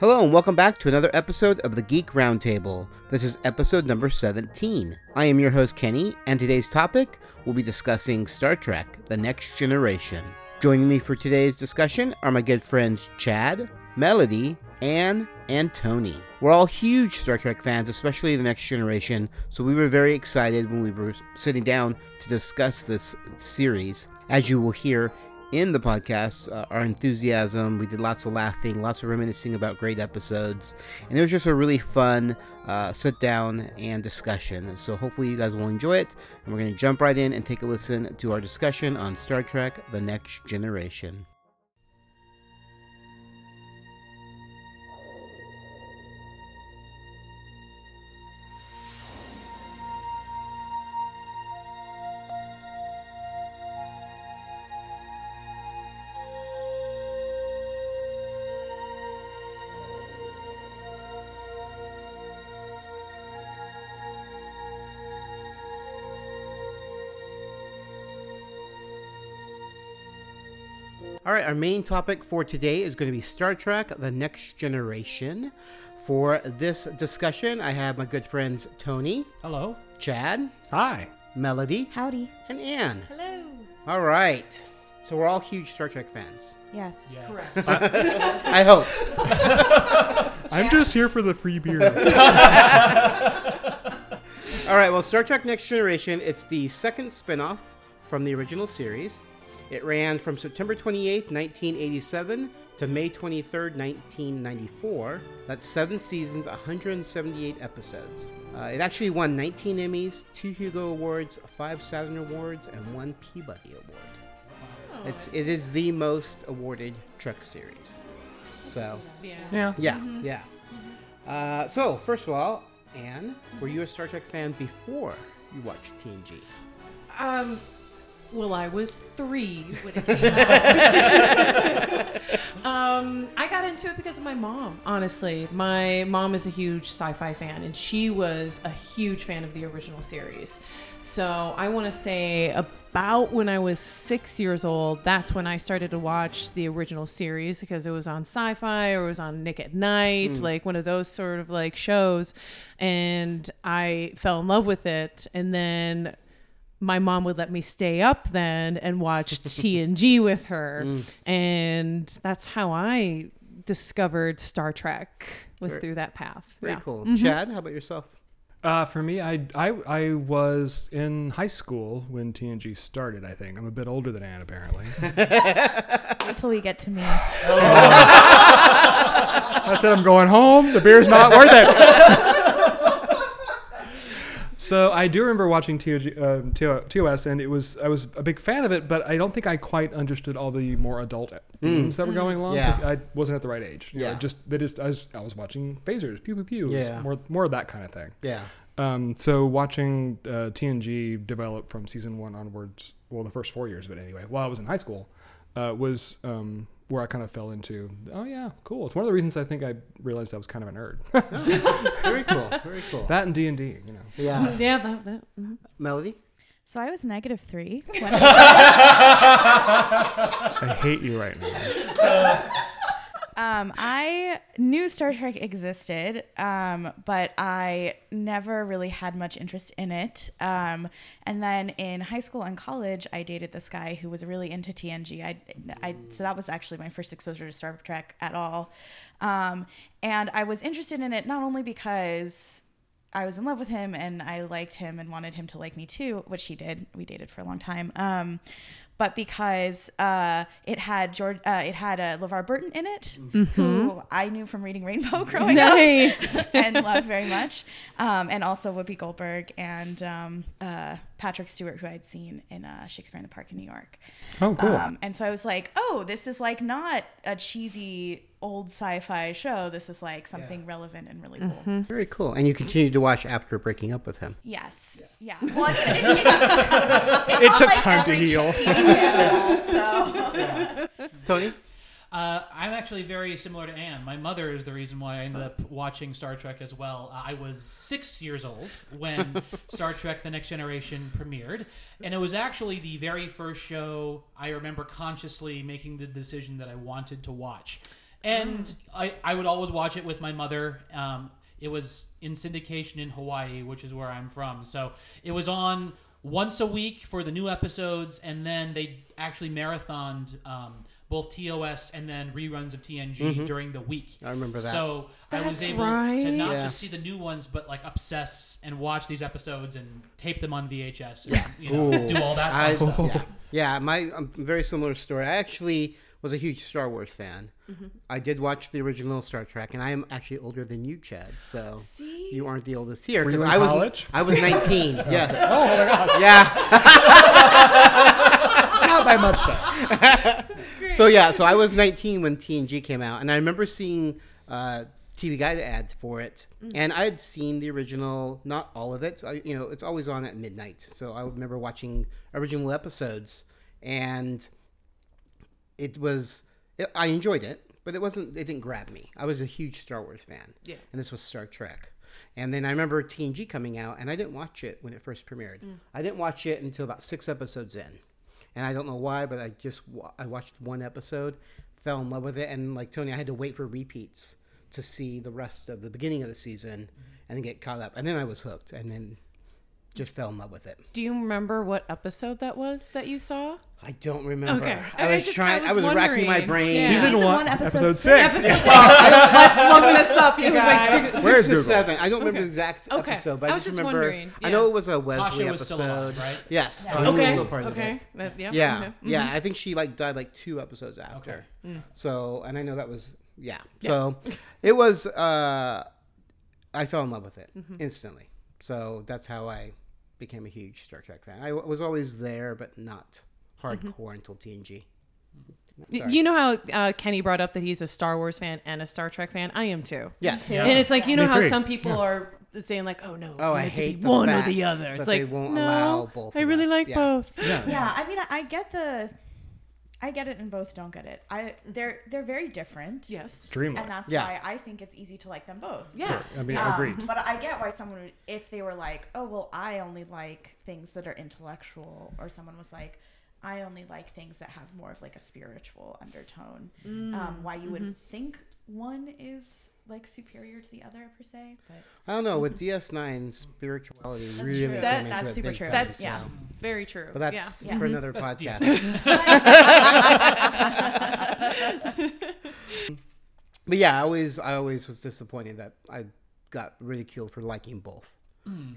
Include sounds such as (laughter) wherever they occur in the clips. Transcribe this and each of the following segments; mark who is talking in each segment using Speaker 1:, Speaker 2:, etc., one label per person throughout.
Speaker 1: Hello, and welcome back to another episode of the Geek Roundtable. This is episode number 17. I am your host, Kenny, and today's topic we'll be discussing Star Trek The Next Generation. Joining me for today's discussion are my good friends Chad, Melody, Anne, and Tony. We're all huge Star Trek fans, especially The Next Generation, so we were very excited when we were sitting down to discuss this series. As you will hear, in the podcast uh, our enthusiasm. We did lots of laughing, lots of reminiscing about great episodes, and it was just a really fun uh, sit down and discussion. So hopefully you guys will enjoy it, and we're going to jump right in and take a listen to our discussion on Star Trek: The Next Generation. All right, our main topic for today is going to be Star Trek The Next Generation. For this discussion, I have my good friends Tony,
Speaker 2: Hello.
Speaker 1: Chad,
Speaker 2: Hi.
Speaker 1: Melody,
Speaker 3: Howdy.
Speaker 1: and Anne.
Speaker 4: Hello.
Speaker 1: All right. So we're all huge Star Trek fans.
Speaker 3: Yes.
Speaker 4: Correct.
Speaker 1: I hope.
Speaker 5: (laughs) I'm just here for the free beer.
Speaker 1: (laughs) All right, well, Star Trek Next Generation, it's the second spinoff from the original series. It ran from September 28, 1987 to May 23, 1994. That's seven seasons, 178 episodes. Uh, it actually won 19 Emmys, two Hugo Awards, five Saturn Awards, and one Peabody Award. It's, it is the most awarded Trek series. So,
Speaker 4: Yeah. Mm-hmm.
Speaker 5: yeah.
Speaker 1: yeah, yeah. Uh, so, first of all, Anne, were you a Star Trek fan before you watched TNG?
Speaker 4: Um, well, I was three when it came out. (laughs) um, I got into it because of my mom, honestly. My mom is a huge sci fi fan, and she was a huge fan of the original series. So I want to say about when I was six years old, that's when I started to watch the original series because it was on sci fi or it was on Nick at Night, like one of those sort of like shows. And I fell in love with it. And then my mom would let me stay up then and
Speaker 1: (laughs)
Speaker 4: watch TNG with her.
Speaker 1: Mm.
Speaker 4: And that's how I discovered Star Trek was through that path.
Speaker 1: Very
Speaker 4: Yeah. Mm-hmm.
Speaker 1: cool. Chad, how about yourself?
Speaker 5: Uh, for me, I, I I was in high school when TNG started. I think I'm a bit older than Anne,
Speaker 1: (laughs)
Speaker 5: apparently.
Speaker 3: Wait till we get to me.
Speaker 5: That's it. I'm going home. The beer's not worth it. so I do remember watching TOG, um, TO TOS, and it was I was a big fan of it, but I don't think I quite understood all the more adult themes that were going along
Speaker 1: Mm. Yeah.
Speaker 5: 'cause I wasn't at the right age. You know,
Speaker 1: Yeah.
Speaker 5: just they just I was, I was watching phasers, pew pew pew,
Speaker 1: Yeah.
Speaker 5: more more of that kind of thing.
Speaker 1: Yeah.
Speaker 5: Um, so watching uh, TNG develop from season one onwards, well, the first four years of it anyway, while I was in high school, uh, was um, where I kind of fell into. Oh yeah, cool. It's one of the reasons I think I realized I was kind of a nerd. (laughs)
Speaker 1: Very cool. Very cool.
Speaker 5: that and D and D, you know.
Speaker 1: yeah.
Speaker 4: Yeah, that, that- mhm.
Speaker 1: Melody?
Speaker 3: So I was negative three.
Speaker 4: (laughs)
Speaker 3: When I,
Speaker 5: I hate you right now.
Speaker 3: um, I knew Star Trek existed, um, but I never really had much interest in it. Um, and then in high school and college, I dated this guy who was really into TNG. I, I, so that was actually my first exposure to Star Trek at all. Um, and I was interested in it not only because I was in love with him and I liked him and wanted him to like me too, which he did. We dated for a long time. Um, but because uh, it had George, uh, it had uh, LeVar Burton in it, who I knew from reading Rainbow (laughs) growing
Speaker 4: Nice.
Speaker 3: up (laughs) and loved very much, um, and also Whoopi Goldberg and um, uh, Patrick Stewart, who I'd seen in uh, Shakespeare in the Park in New York.
Speaker 5: Oh, cool.
Speaker 3: Um, and so I was like, oh, this is like not a cheesy old sci-fi show. This is like something relevant and really cool.
Speaker 1: Very cool. And you continued to watch after breaking up with him.
Speaker 3: Yes. Yeah.
Speaker 5: (laughs)
Speaker 3: Well, it, it- it's not
Speaker 5: took
Speaker 3: like (laughs)
Speaker 5: time to
Speaker 3: every
Speaker 5: heal.
Speaker 3: TV channel, so
Speaker 1: Tony?
Speaker 2: Uh, I'm actually very similar to Anne. My mother is the reason why I ended up watching Star Trek as well. Uh, I was six years old when Star Trek The Next Generation premiered, and it was actually the very first show I remember consciously making the decision that I wanted to watch. And I, I would always watch it with my mother. Um, it was in syndication in Hawaii, which is where I'm from. So it was on once a week for the new episodes, and then they actually marathoned um, both TOS and then reruns of TNG during the week.
Speaker 1: Mm-hmm. I remember that.
Speaker 2: So I was
Speaker 4: That's
Speaker 2: able to
Speaker 4: right.
Speaker 2: not
Speaker 1: Yeah.
Speaker 2: just see the new ones, but like obsess and watch these episodes and tape them on VHS. And, you
Speaker 1: Ooh.
Speaker 2: know, do all that fun
Speaker 1: I-
Speaker 2: stuff.
Speaker 1: Yeah, yeah. My um, very similar story. I actually was a huge Star Wars fan.
Speaker 4: Mm-hmm.
Speaker 1: I did watch the original Star Trek, and I am actually older than you, Chad. So
Speaker 4: See?
Speaker 1: you aren't the oldest here
Speaker 5: Were you in
Speaker 1: I was
Speaker 5: college?
Speaker 1: I was (laughs) 19. yes. Oh my god. Yeah.
Speaker 5: Not by much though.
Speaker 1: So yeah. So I was 19 when TNG came out, and I remember seeing uh, TV Guide ads for it, and I had seen the original, not all of it. I, you know, it's always on at midnight, so I remember watching original episodes, and it was it, I enjoyed it, but it wasn't. It didn't grab me. I was a huge Star Wars fan.
Speaker 4: Yeah.
Speaker 1: And this was Star Trek. And then I remember TNG coming out, and I didn't watch it when it first premiered.
Speaker 4: Mm.
Speaker 1: I didn't watch it until about six episodes in, and I don't know why, but I just wa- I watched one episode, fell in love with it, and like Tony, I had to wait for repeats to see the rest of the beginning of the season,
Speaker 4: Mm-hmm.
Speaker 1: and then get caught up. And then I was hooked, and then just fell in love with it.
Speaker 4: Do you remember what episode that was that
Speaker 3: (laughs)
Speaker 4: you saw?
Speaker 1: I don't remember.
Speaker 4: Okay.
Speaker 1: I
Speaker 4: I
Speaker 1: was
Speaker 4: just-
Speaker 1: trying.
Speaker 4: I
Speaker 1: I was,
Speaker 4: was
Speaker 1: racking my
Speaker 4: wondering.
Speaker 1: brain.
Speaker 4: Yeah.
Speaker 5: Season,
Speaker 4: Season
Speaker 5: one,
Speaker 3: one, episode
Speaker 5: episode,
Speaker 3: six.
Speaker 5: six.
Speaker 4: Let's look this up, you
Speaker 1: It was like six, six
Speaker 5: Where's
Speaker 1: or
Speaker 5: Google?
Speaker 1: seven. I don't remember
Speaker 4: Okay.
Speaker 1: the exact
Speaker 4: Okay.
Speaker 1: episode, but I,
Speaker 4: I was
Speaker 1: just
Speaker 4: just
Speaker 1: remember.
Speaker 4: wondering.
Speaker 1: I know
Speaker 4: Yeah.
Speaker 1: it was a Wesley
Speaker 2: Tasha
Speaker 1: episode.
Speaker 2: was still alive, right?
Speaker 1: Yes, Tasha was
Speaker 4: Okay.
Speaker 1: still part
Speaker 4: okay.
Speaker 1: of it.
Speaker 4: That- yep,
Speaker 1: Yeah,
Speaker 4: okay.
Speaker 1: yeah. I think she like died like two episodes after.
Speaker 4: Mm.
Speaker 1: So, and I know that was yeah. So, it was. uh I fell in love with it
Speaker 4: Mm-hmm.
Speaker 1: instantly. So that's how I became a huge Star Trek fan. I w- was always there, but not
Speaker 4: Mm-hmm.
Speaker 1: hardcore until TNG.
Speaker 4: Y- You know how uh, Kenny brought up that he's a Star Wars fan and a Star Trek fan? I am too.
Speaker 1: Yes.
Speaker 2: Yeah.
Speaker 4: And it's like, you know
Speaker 5: Me
Speaker 4: how
Speaker 5: too.
Speaker 4: some people are saying, like, oh no,
Speaker 1: Oh,
Speaker 4: you
Speaker 1: I
Speaker 4: have to be
Speaker 1: hate the
Speaker 4: one
Speaker 1: fact
Speaker 4: or the other.
Speaker 1: that
Speaker 4: It's
Speaker 1: they
Speaker 4: like,
Speaker 1: won't
Speaker 4: no,
Speaker 1: allow both
Speaker 4: I
Speaker 1: of
Speaker 4: really
Speaker 1: us.
Speaker 4: like
Speaker 1: Yeah.
Speaker 4: both.
Speaker 3: Yeah, I mean, I get the, I get it, and both don't get it. I they're they're very different.
Speaker 4: Yes.
Speaker 5: Dreamlike.
Speaker 3: and that's
Speaker 1: Yeah.
Speaker 3: why I think it's easy to like them both.
Speaker 4: Yes.
Speaker 5: I mean,
Speaker 3: Um,
Speaker 5: agreed.
Speaker 3: But I get why someone would, if they were like, oh, well, I only like things that are intellectual, or someone was like, I only like things that have more of like a spiritual undertone, um, why you would think one is like superior to the other, per se. But
Speaker 1: I don't know. With DS9, spirituality really
Speaker 3: true.
Speaker 1: came
Speaker 4: That-
Speaker 1: into
Speaker 3: that's
Speaker 1: it
Speaker 3: super
Speaker 1: big
Speaker 3: true.
Speaker 1: time,
Speaker 4: That's-
Speaker 1: so-
Speaker 3: yeah.
Speaker 4: Very true.
Speaker 1: But that's
Speaker 3: Yeah.
Speaker 1: for another
Speaker 2: That's
Speaker 1: podcast. (laughs) but yeah, I always, I always was disappointed that I got ridiculed for liking both.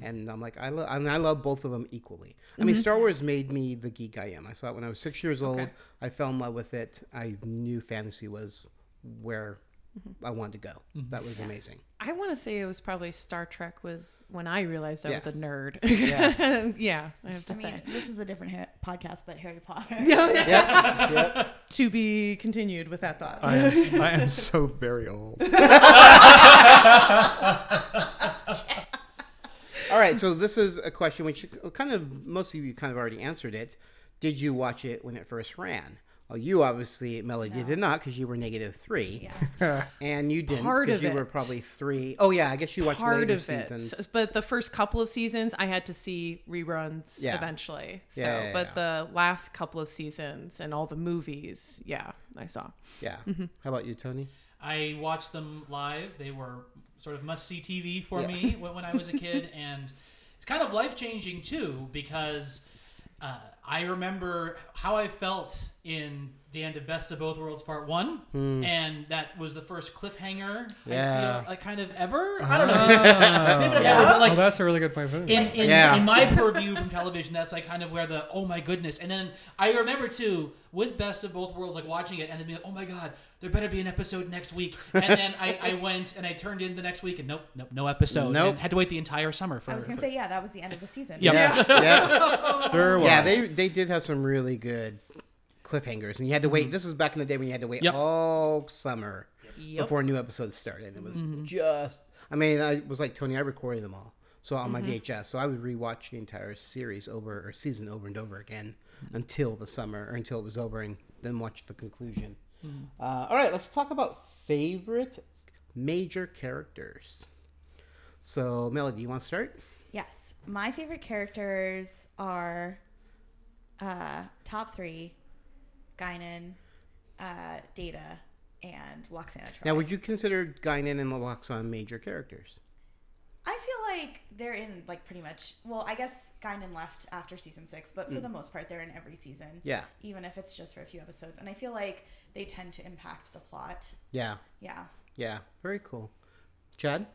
Speaker 1: And I'm like, I, lo- I, mean, I love both of them equally. I
Speaker 3: Mm-hmm.
Speaker 1: mean, Star Wars made me the geek I am. I saw it when I was six years old. I fell in love with it. I knew fantasy was where
Speaker 3: Mm-hmm.
Speaker 1: I wanted to go. That was amazing.
Speaker 4: I want to say it was probably Star Trek was when I realized I
Speaker 1: Yeah.
Speaker 4: was a nerd.
Speaker 1: Yeah.
Speaker 4: (laughs) Yeah, I have to
Speaker 3: I
Speaker 4: say.
Speaker 3: mean, this is a different ha- podcast, but Harry Potter.
Speaker 1: Yep. yep.
Speaker 4: to be continued with that thought.
Speaker 5: I am, I am so very old.
Speaker 1: All right, so this is a question which kind of most of you kind of already answered it. Did you watch it when it first ran? Well, you obviously, Melody, did not because you were negative three, (laughs) and you didn't
Speaker 4: Part
Speaker 1: because
Speaker 4: of
Speaker 1: you were
Speaker 4: it.
Speaker 1: probably three. Oh yeah, I guess you watched
Speaker 4: Part
Speaker 1: later
Speaker 4: of it,
Speaker 1: seasons.
Speaker 4: but the first couple of seasons, I had to see reruns
Speaker 1: Yeah.
Speaker 4: eventually. So,
Speaker 1: Yeah, yeah,
Speaker 4: but the last couple of seasons and all the movies, yeah, I saw. (laughs)
Speaker 1: Yeah.
Speaker 4: Mm-hmm.
Speaker 1: How about you, Tony?
Speaker 2: I watched them live. They were sort of must see TV for
Speaker 1: Yeah. (laughs)
Speaker 2: me when, when I was a kid, and it's kind of life changing too because uh, I remember how I felt in the end of Best of Both Worlds Part One, and that was the first cliffhanger, I
Speaker 1: Hmm. Yeah. Uh-huh.
Speaker 2: feel, like kind of ever. I don't know, (laughs) Maybe not ever, but,
Speaker 5: oh,
Speaker 2: like
Speaker 5: that's a really good point. For
Speaker 2: in, in,
Speaker 1: Yeah.
Speaker 2: in my purview from television, that's like kind of where the oh my goodness. And then I remember too with Best of Both Worlds, like watching it and then being like, oh my god, there better be an episode next week. And then I, I went and I turned in the next week and nope, nope, no episode.
Speaker 1: Nope.
Speaker 2: And had to wait the entire summer for.
Speaker 3: I was gonna say, yeah, that was the end of the season.
Speaker 2: Yeah.
Speaker 1: Yeah. (laughs) Yeah.
Speaker 5: There
Speaker 1: yeah. They they did have some really good cliffhangers, and you had to wait. This was back in the day when you had to wait
Speaker 2: Yep.
Speaker 1: all summer before new episodes started. It was just. I mean, I was like Tony. I recorded them all, so on my VHS. So I would rewatch the entire series over or season over and over again until the summer or until it was over, and then watch the conclusion. Uh, all right, let's talk about favorite major characters. So, Melody, you want to start?
Speaker 3: Yes. My favorite characters are uh, top three Guinan, uh, Data, and Loxana Troy.
Speaker 1: Now, would you consider Guinan and Lawaxon major characters?
Speaker 3: I feel like they're in like pretty much. Well, I guess Guinan left after season six, but for the most part, they're in every season.
Speaker 1: Mm. Yeah.
Speaker 3: Even if it's just for a few episodes, and I feel like they tend to impact the plot.
Speaker 1: Yeah,
Speaker 3: Yeah. (laughs)
Speaker 1: yeah, very cool. Chad,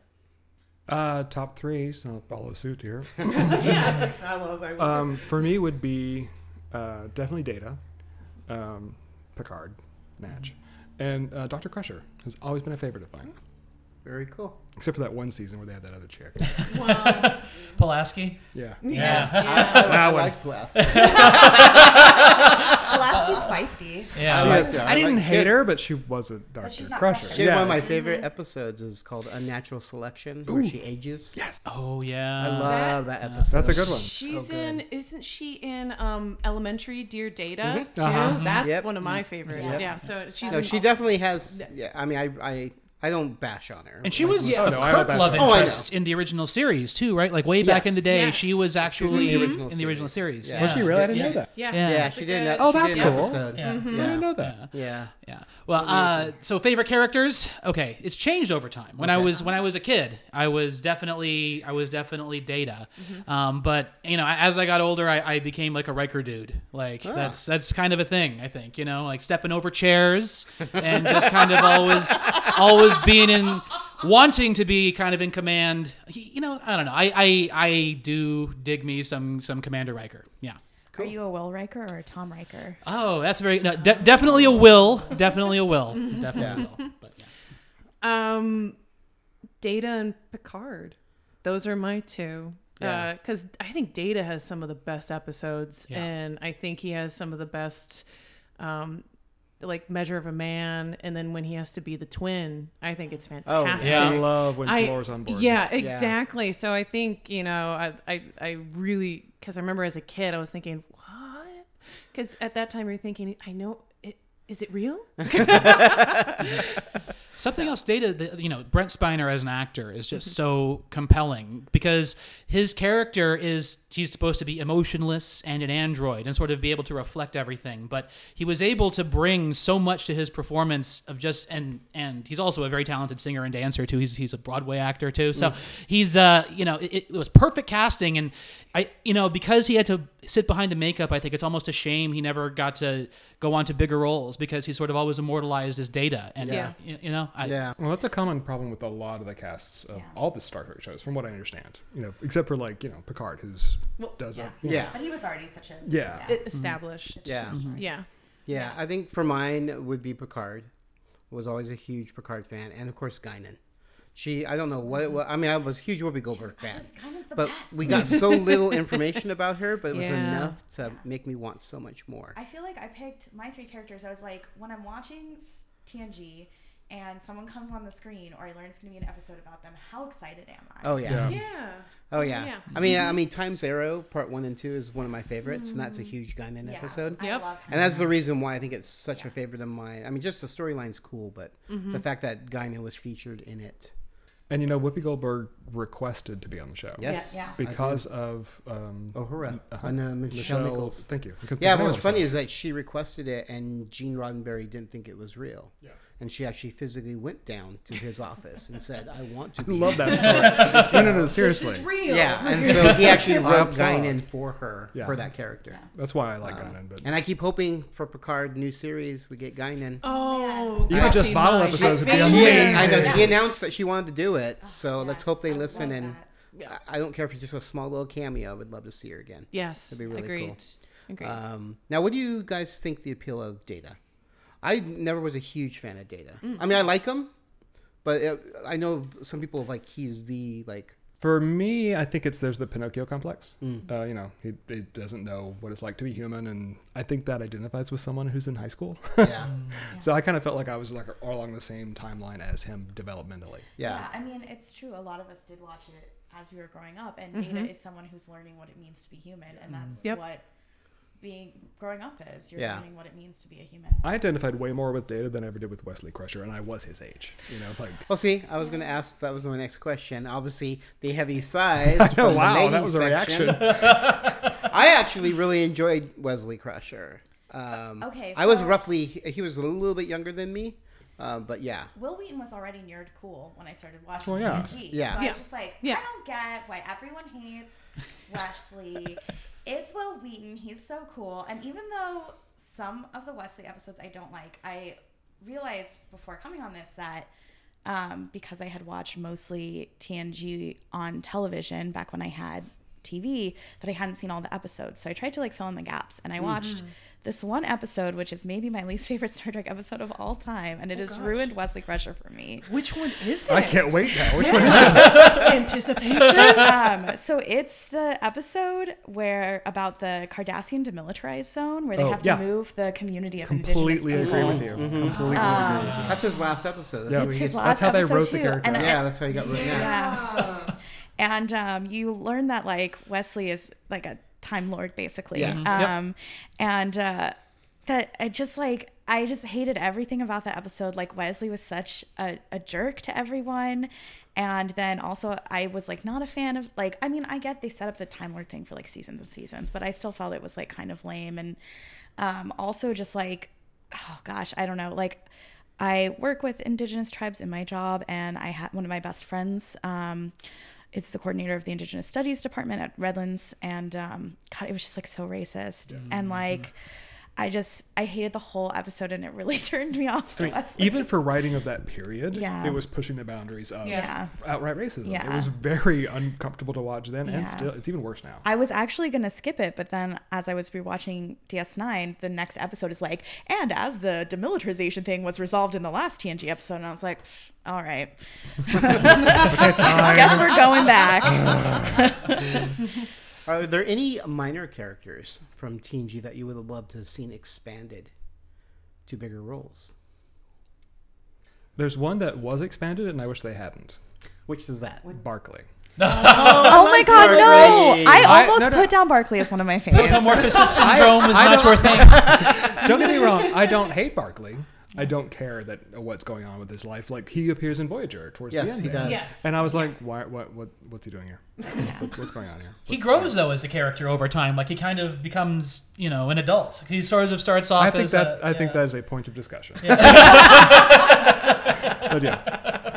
Speaker 5: Uh, top three, so I'll follow
Speaker 1: (laughs)
Speaker 5: suit here.
Speaker 1: I love. I
Speaker 5: Um, for me would be uh, definitely Data, um, Picard, Natch, and uh, Doctor Crusher has always been a favorite of mine,
Speaker 1: very cool.
Speaker 5: except for that one season where they had that
Speaker 1: (laughs)
Speaker 5: other chick.
Speaker 4: Wow.
Speaker 2: Pulaski.
Speaker 5: Yeah,
Speaker 2: Yeah.
Speaker 1: I, I, I
Speaker 5: one.
Speaker 1: like (laughs) Pulaski.
Speaker 3: Alaska's feisty. (laughs)
Speaker 1: I
Speaker 2: Yeah.
Speaker 1: like
Speaker 5: I,
Speaker 1: her.
Speaker 5: didn't
Speaker 1: like-
Speaker 5: hate
Speaker 1: she-
Speaker 5: her, but she wasn't Doctor
Speaker 3: she's not
Speaker 5: Crusher.
Speaker 3: Crusher.
Speaker 1: She had
Speaker 5: Yeah.
Speaker 1: one of my favorite episodes is called Unnatural Selection, where she ages.
Speaker 5: yes,
Speaker 2: Oh yeah.
Speaker 1: I love that, episode.
Speaker 5: that's a good one.
Speaker 4: She's
Speaker 1: good.
Speaker 4: in, isn't she in um, Elementary Dear Data? Too?
Speaker 5: Uh-huh.
Speaker 4: That's
Speaker 1: Mm-hmm. Yep. Mm-hmm.
Speaker 4: one of my favorites.
Speaker 1: Yep.
Speaker 4: Yeah, so she's
Speaker 1: No,
Speaker 4: in
Speaker 1: she definitely has. Yeah, I mean, I, I, I don't bash on her.
Speaker 2: And she was
Speaker 5: Yeah.
Speaker 2: a
Speaker 5: Oh, no, I have a
Speaker 2: Kirk
Speaker 5: bad
Speaker 2: love
Speaker 5: feeling.
Speaker 1: Oh, I
Speaker 2: interest in the original series too, right? Like way back
Speaker 1: Yes.
Speaker 2: in the day,
Speaker 4: Yes.
Speaker 2: she was actually in the original,
Speaker 1: series.
Speaker 2: series.
Speaker 1: Yeah.
Speaker 5: Was she really? I didn't
Speaker 1: Yeah.
Speaker 5: know that.
Speaker 4: Yeah.
Speaker 2: Yeah.
Speaker 1: Yeah, she did. An,
Speaker 4: Oh,
Speaker 1: she
Speaker 5: that's
Speaker 1: did an
Speaker 5: cool.
Speaker 1: Episode.
Speaker 2: Yeah.
Speaker 4: Mm-hmm.
Speaker 2: Mhm.
Speaker 5: I
Speaker 1: Yeah.
Speaker 5: didn't know that.
Speaker 1: Yeah.
Speaker 2: Yeah. Well, uh, so favorite characters? Okay, it's changed over time. When I was when I was a kid, I was definitely I was definitely Data. Um, but you know, as I got older, I, I became like a Riker dude. Like that's that's kind of a thing. I think you know, like stepping over chairs and just kind of always always being in wanting to be kind of in command. He, you know, I don't know. I, I I do dig me some some Commander Riker. Yeah.
Speaker 3: Are you a Will Riker or a Tom Riker?
Speaker 2: Oh, that's very no, de- definitely a will, definitely a will, definitely a will. But yeah.
Speaker 4: Um, Data and Picard. Those are my two.
Speaker 1: Yeah.
Speaker 4: Because I think Data has some of the best episodes,
Speaker 2: Yeah.
Speaker 4: and I think he has some of the best, um, like Measure of a Man, and then when he has to be the twin, I think it's
Speaker 1: Oh,
Speaker 4: fantastic.
Speaker 2: Yeah.
Speaker 5: Oh, I love when
Speaker 4: I-
Speaker 5: Flora's on board.
Speaker 4: Yeah, exactly. So I think you know, I I, I really because I remember as a kid, I was thinking what? Because at that time you're thinking, I know, it, is it
Speaker 1: (laughs)
Speaker 4: real?
Speaker 2: Something else, Data, that, you know, Brent Spiner as an actor is just so compelling because his character is, he's supposed to be emotionless and an android and sort of be able to reflect everything. But he was able to bring so much to his performance of just, and and he's also a very talented singer and dancer too. He's, he's a Broadway actor too. So he's, uh, you know, it, it was perfect casting. And I, you know, because he had to sit behind the makeup, I think it's almost a shame he never got to go on to bigger roles because he's sort of always immortalized as Data. And,
Speaker 1: Yeah.
Speaker 2: you, you know, I,
Speaker 1: Yeah.
Speaker 5: Well, that's a common problem with a lot of the casts of all the Star Trek shows, from what I understand. You know, except for like you know Picard, who's does
Speaker 3: yeah.
Speaker 5: a
Speaker 1: Yeah.
Speaker 3: But he was already such a
Speaker 5: Yeah.
Speaker 4: It established. Mm-hmm.
Speaker 1: Yeah.
Speaker 4: Yeah.
Speaker 1: Yeah. I think for mine it would be Picard. Was always a huge Picard fan, and of course Guinan. She, I don't know what. it wa- I mean, I was a huge Whoopi Goldberg fan,
Speaker 3: Just Guinan's the
Speaker 1: but
Speaker 3: best.
Speaker 1: we got
Speaker 3: (laughs)
Speaker 1: so little information about her, but it was
Speaker 4: Yeah.
Speaker 1: enough to make me want so much more.
Speaker 3: I feel like I picked my three characters. I was like, when I'm watching s- TNG and someone comes on the screen or I learn it's going to be an episode about them, how excited am I?
Speaker 1: Oh yeah.
Speaker 5: Yeah.
Speaker 4: Yeah.
Speaker 1: Oh yeah.
Speaker 4: Yeah.
Speaker 1: I mean, I mean, Time Zero Part One and Two is one of my favorites, and that's a huge Guinan
Speaker 3: Mm-hmm. Yeah,
Speaker 1: episode.
Speaker 3: I
Speaker 4: Yep.
Speaker 3: loved
Speaker 1: And that's the reason why I think it's such a favorite of mine. I mean, just the storyline's cool, but
Speaker 3: Mm-hmm.
Speaker 1: the fact that Guinan was featured in it.
Speaker 5: And you know, Whoopi Goldberg requested to be on the show.
Speaker 1: Yes.
Speaker 3: Yeah.
Speaker 5: Because of um,
Speaker 1: O'Hara. And uh, Michelle,
Speaker 5: Michelle.
Speaker 1: Nichols.
Speaker 5: Thank you. Because
Speaker 1: Yeah,
Speaker 5: Michelle
Speaker 1: but what's
Speaker 5: was
Speaker 1: funny
Speaker 5: on it.
Speaker 1: is that she requested it, and Gene Roddenberry didn't think it was real. Yeah. And she actually physically went down to his office and said, "I
Speaker 5: (laughs)
Speaker 1: want to." Be (laughs)
Speaker 5: love that story. no, no, no. Seriously,
Speaker 4: real.
Speaker 1: Yeah, and so he
Speaker 5: (laughs)
Speaker 1: actually wrote
Speaker 5: Wow.
Speaker 1: Guinan for her
Speaker 5: Yeah.
Speaker 1: for that character.
Speaker 5: that's why I like Guinan. But
Speaker 1: Uh, And I keep hoping for Picard new series we get Guinan.
Speaker 4: Oh,
Speaker 5: even
Speaker 4: God,
Speaker 5: just
Speaker 4: see,
Speaker 5: bottle
Speaker 4: my-
Speaker 5: episodes would be
Speaker 4: Yeah.
Speaker 5: amazing.
Speaker 1: Yeah, I know.
Speaker 5: Yeah.
Speaker 1: She announced that she wanted to do it, so let's
Speaker 3: yes,
Speaker 1: hope they
Speaker 3: I
Speaker 1: listen.
Speaker 3: love
Speaker 1: And
Speaker 4: that.
Speaker 1: I I don't care if it's just a small little cameo. I would love to see her again.
Speaker 4: Yes.
Speaker 1: That'd be really
Speaker 4: agreed.
Speaker 1: cool.
Speaker 4: Agreed.
Speaker 1: Um, now, what do you guys think the appeal of Data? I never was a huge fan of Data.
Speaker 5: Mm.
Speaker 1: I mean, I like him, but uh I know some people like he's the
Speaker 5: (laughs)
Speaker 1: like.
Speaker 5: For me, I think it's there's the Pinocchio complex.
Speaker 1: Mm.
Speaker 5: Uh, you know, he, he doesn't know what it's like to be human, and I think that identifies with someone who's in high school.
Speaker 1: Yeah,
Speaker 5: so I kind of felt like I was like all along the same timeline as him developmentally.
Speaker 1: yeah,
Speaker 3: I mean, it's true. A lot of us did watch it as we were growing up, and Data is someone who's learning what it means to be human, and that's
Speaker 4: Mm-hmm. Yep.
Speaker 3: what being growing up is. You're
Speaker 1: Yeah.
Speaker 3: learning what it means to be a human.
Speaker 5: I identified way more with Data than I ever did with Wesley Crusher, and I was his age. You know, like
Speaker 1: Well, see, I was going to ask. That was my next question. Obviously, they have
Speaker 5: (laughs)
Speaker 1: these sides.
Speaker 5: Oh,
Speaker 1: from the
Speaker 5: wow, that
Speaker 1: ladies
Speaker 5: was a
Speaker 1: section.
Speaker 5: reaction. (laughs)
Speaker 1: I actually really enjoyed Wesley Crusher. Um,
Speaker 3: Okay,
Speaker 1: I was
Speaker 3: so-
Speaker 1: roughly. He was a little bit younger than me, uh, but yeah.
Speaker 3: Will Wheaton was already nerd cool when I started watching
Speaker 5: Well, yeah.
Speaker 3: TNG.
Speaker 1: Oh, Yeah.
Speaker 3: So I
Speaker 4: Yeah.
Speaker 3: was just like,
Speaker 4: Yeah.
Speaker 3: I don't get why everyone hates
Speaker 4: (laughs)
Speaker 3: Wesley. it's Will Wheaton. He's so cool. And even though some of the Wesley episodes I don't like, I realized before coming on this that um, because I had watched mostly TNG on television back when I had TV that I hadn't seen all the episodes. So I tried to like fill in the gaps and I
Speaker 4: Mm-hmm.
Speaker 3: watched this one episode, which is maybe my least (laughs) favorite Star Trek episode of all time. And it has ruined Wesley Crusher for me.
Speaker 4: Oh, Which one is it?
Speaker 5: I can't wait now. Which (laughs) one?
Speaker 4: (laughs) Anticipation.
Speaker 3: um, so it's the episode where about the Cardassian demilitarized zone where they
Speaker 5: Oh,
Speaker 3: have
Speaker 5: yeah.
Speaker 3: to move the community of
Speaker 5: Completely
Speaker 3: indigenous people. Mm-hmm. Ah.
Speaker 5: agree with you. Completely agree with you.
Speaker 1: That's his last episode.
Speaker 5: Yeah,
Speaker 3: It's
Speaker 5: he's-
Speaker 3: his last
Speaker 5: that's how they
Speaker 3: episode
Speaker 5: wrote the
Speaker 3: too,
Speaker 5: character.
Speaker 3: and I-
Speaker 1: Yeah, that's how he got written out.
Speaker 3: Yeah. and um, you learn that like Wesley is like a time lord basically.
Speaker 1: Yeah.
Speaker 2: Yep.
Speaker 3: Um, and uh, that I just like I just hated everything about the episode. Like Wesley was such a, a jerk to everyone. And then also, I was like not a fan of like. I mean, I get they set up the Time Lord thing for like seasons and seasons, but I still felt it was like kind of lame. And um, also, just like oh gosh, I don't know. Like, I work with Indigenous tribes in my job, and I had one of my best friends. Um, it's the coordinator of the Indigenous Studies Department at Redlands, and um, God, it was just like so racist, and like, I just I hated the whole episode, and it really (laughs) turned me off.
Speaker 5: I mean,
Speaker 3: That's-
Speaker 5: even for writing of that period,
Speaker 3: Yeah.
Speaker 5: it was pushing the boundaries of
Speaker 3: Yeah.
Speaker 5: outright racism. It
Speaker 3: Yeah.
Speaker 5: was very uncomfortable to watch then, and
Speaker 3: Yeah.
Speaker 5: still, it's even worse now.
Speaker 3: I was actually gonna skip it, but then as I was rewatching DS9, the next episode is like, and as the demilitarization thing was resolved in the last TNG episode, and I was like, "Pff, all right, (laughs) I guess we're going back.
Speaker 1: Are there any minor characters from TNG that you would have loved to have seen expanded to bigger roles?
Speaker 5: There's one that was expanded, and I wish they hadn't.
Speaker 1: Which is that?
Speaker 5: Barclay.
Speaker 3: Oh my god, no! I
Speaker 5: I-
Speaker 3: almost
Speaker 5: no, no.
Speaker 3: put down Barkley as one of my favorites.
Speaker 2: Metamorphosis syndrome is not your thing.
Speaker 5: Don't get me wrong. I don't hate Barclay. I don't care that uh, what's going on with his life. Like he appears in Voyager towards the
Speaker 1: Yes,
Speaker 5: end.
Speaker 1: he
Speaker 5: there.
Speaker 1: does.
Speaker 4: yes.
Speaker 5: And I was like, why, what, what, what's he doing here? What- what's going on here?
Speaker 2: He grows though as a character over time. Like he kind of becomes, you know, an adult. He sort of starts off
Speaker 5: I think
Speaker 2: as
Speaker 5: that
Speaker 2: a,
Speaker 5: I think
Speaker 2: yeah.
Speaker 5: that is a point of discussion. (laughs) but yeah.
Speaker 2: (laughs)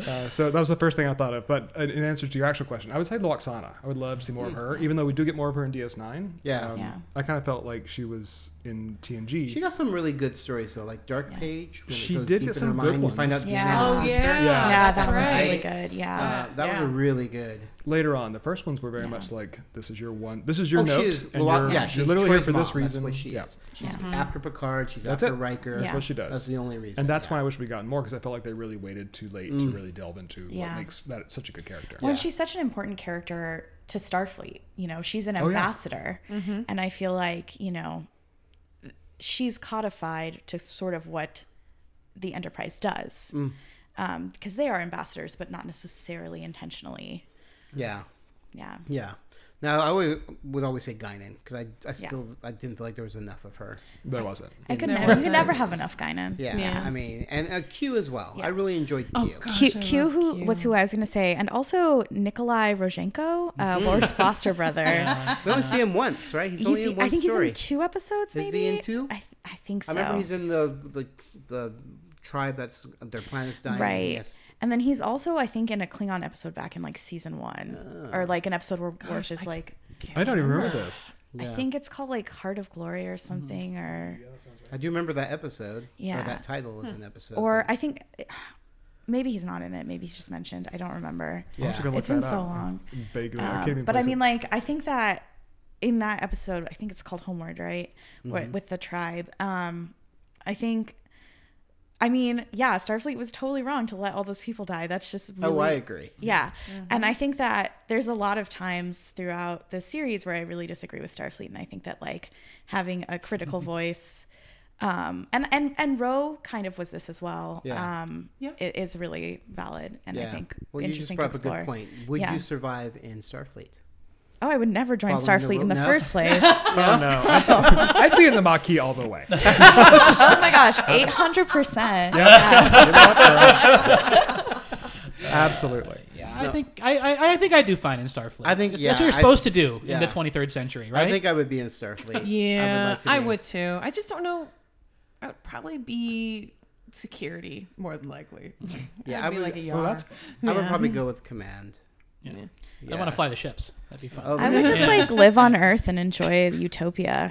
Speaker 5: Uh, so that was the first thing I thought of. But in, in answer to your actual question, I would say Loxana. I would love to see more of her, even though we do get more of her in DS9.
Speaker 1: Hmm. Yeah.
Speaker 3: Yeah.
Speaker 5: Um, I kind of felt like she was in TNG.
Speaker 1: She got some really good stories though, like Dark Page. When
Speaker 5: She
Speaker 1: it goes
Speaker 5: did
Speaker 1: deep
Speaker 5: get
Speaker 1: in
Speaker 5: some
Speaker 1: her
Speaker 5: good
Speaker 1: mind,
Speaker 5: ones.
Speaker 1: You find out Deanna's
Speaker 3: Yeah.
Speaker 4: Oh
Speaker 1: sister.
Speaker 4: yeah,
Speaker 5: Yeah,
Speaker 3: yeah, that
Speaker 4: that's
Speaker 3: one was
Speaker 4: right.
Speaker 3: really good. Yeah.
Speaker 1: Uh, that was
Speaker 4: Yeah.
Speaker 1: a really good.
Speaker 5: Later on, the first ones were very much like, "This is your one. This is your
Speaker 1: oh,
Speaker 5: note.
Speaker 1: she is.
Speaker 5: and
Speaker 1: Loa-
Speaker 5: you're,
Speaker 1: yeah,
Speaker 5: you're
Speaker 1: she's
Speaker 5: literally
Speaker 1: Troy's
Speaker 5: here for
Speaker 1: mom.
Speaker 5: this reason."
Speaker 1: That's what she
Speaker 5: yeah.
Speaker 1: is. She's after Picard. She's
Speaker 5: That's
Speaker 1: after
Speaker 5: it.
Speaker 1: Riker.
Speaker 3: That's
Speaker 5: what she does.
Speaker 1: That's the only reason.
Speaker 5: And that's
Speaker 1: yeah. Mm.
Speaker 5: why I wish we gotten more because I felt like they really waited too late to really delve into what
Speaker 3: Yeah.
Speaker 5: makes that such a good character.
Speaker 3: Well, and she's such an important character to Starfleet. You know, she's an
Speaker 5: Oh, yeah.
Speaker 3: ambassador, and I feel like you know, she's codified to sort of what the Enterprise does,
Speaker 1: Mm.
Speaker 3: because they are ambassadors, but not necessarily intentionally.
Speaker 1: Yeah.
Speaker 3: Yeah.
Speaker 1: Yeah. Now I would, would always say Guinan because I, I
Speaker 3: Yeah.
Speaker 1: still I didn't feel like there was enough of her.
Speaker 5: There wasn't.
Speaker 3: I could,
Speaker 4: There
Speaker 3: never,
Speaker 4: was
Speaker 3: you could never have enough Guinan.
Speaker 1: Yeah,
Speaker 4: Yeah.
Speaker 1: I mean, and uh, Q as well. I really enjoyed
Speaker 3: Oh,
Speaker 1: Q.
Speaker 3: Q, Q who was who I was going to say, and also Nikolai Rozhenko, uh, Lars Foster brother.
Speaker 1: We only see him once, right? Mm-hmm. (laughs) He's, only
Speaker 3: He's-
Speaker 1: in one
Speaker 3: I think
Speaker 1: story.
Speaker 3: he's in two episodes. Maybe
Speaker 1: Is he in two?
Speaker 3: I, I think so.
Speaker 1: I remember he's in the the the tribe that's their planet's dying. and he
Speaker 3: right.
Speaker 1: has-
Speaker 3: And then he's also, I think, in a Klingon episode back in like season one,
Speaker 1: Uh,
Speaker 3: or like an episode where Worf is like,
Speaker 5: I don't even
Speaker 1: Ah.
Speaker 5: remember this.
Speaker 3: I think it's called like Heart of Glory
Speaker 1: Mm-hmm.
Speaker 3: or something, or
Speaker 1: I do remember that episode. Or
Speaker 3: Yeah.
Speaker 1: that title is an episode.
Speaker 3: or
Speaker 1: but-
Speaker 3: I think (sighs) maybe he's not in it. Maybe he's just mentioned. I don't remember.
Speaker 5: I'll have to go
Speaker 1: yeah.
Speaker 5: look
Speaker 3: It's been
Speaker 5: that
Speaker 3: so
Speaker 5: up.
Speaker 3: long.
Speaker 5: Vaguely, I
Speaker 3: Um,
Speaker 5: can't even
Speaker 3: but I
Speaker 5: place
Speaker 3: mean,
Speaker 5: it.
Speaker 3: like, I think that in that episode, I think it's called Homeward, right? Where-
Speaker 1: Mm-hmm.
Speaker 3: With the tribe. Um, I think, I mean, yeah, Starfleet was totally wrong to let all those people die. That's just really,
Speaker 1: Oh, I agree.
Speaker 3: Mm-hmm. yeah.
Speaker 1: Mm-hmm.
Speaker 3: And I think that there's a lot of times throughout the series where I really disagree with Starfleet. And I think that, like, having
Speaker 1: (laughs)
Speaker 3: a critical voice. Um, and and and Roe kind of was this as well.
Speaker 1: Yeah.
Speaker 3: Um,
Speaker 4: Yeah.
Speaker 3: it is really valid and
Speaker 1: Yeah.
Speaker 3: I think
Speaker 1: well, you just
Speaker 3: interesting
Speaker 1: brought up
Speaker 3: to
Speaker 1: a
Speaker 3: explore.
Speaker 1: good point. Would
Speaker 3: Yeah. (laughs)
Speaker 1: you survive in Starfleet?
Speaker 3: Oh, I would never join
Speaker 1: Following the
Speaker 3: Starfleet in
Speaker 1: rope
Speaker 3: the
Speaker 1: now? (laughs)
Speaker 3: first place.
Speaker 5: Oh no, (laughs) I'd, I'd be in the Maquis all the way.
Speaker 3: oh my
Speaker 1: (laughs)
Speaker 3: gosh, 800%. (laughs)
Speaker 5: Absolutely.
Speaker 2: Yeah, I think I, I I think I do fine in Starfleet.
Speaker 1: I think-
Speaker 2: It's- that's
Speaker 1: yeah,
Speaker 2: what you're
Speaker 1: I-
Speaker 2: supposed to do
Speaker 1: yeah.
Speaker 2: in the 23rd century, right?
Speaker 1: I think I would be in Starfleet.
Speaker 4: Yeah,
Speaker 1: like to
Speaker 4: I
Speaker 1: be-
Speaker 4: would too. I just don't know. I would probably be security more than likely.
Speaker 1: (laughs) Yeah,
Speaker 4: I'd
Speaker 1: I
Speaker 4: be
Speaker 1: would-
Speaker 4: like a E yar.
Speaker 5: Well, that's
Speaker 1: I would
Speaker 4: Yeah.
Speaker 1: probably go with command.
Speaker 2: Yeah.
Speaker 1: Yeah.
Speaker 2: I want to fly the ships. That'd be fun.
Speaker 1: Oh,
Speaker 3: I would just like live on Earth and enjoy utopia.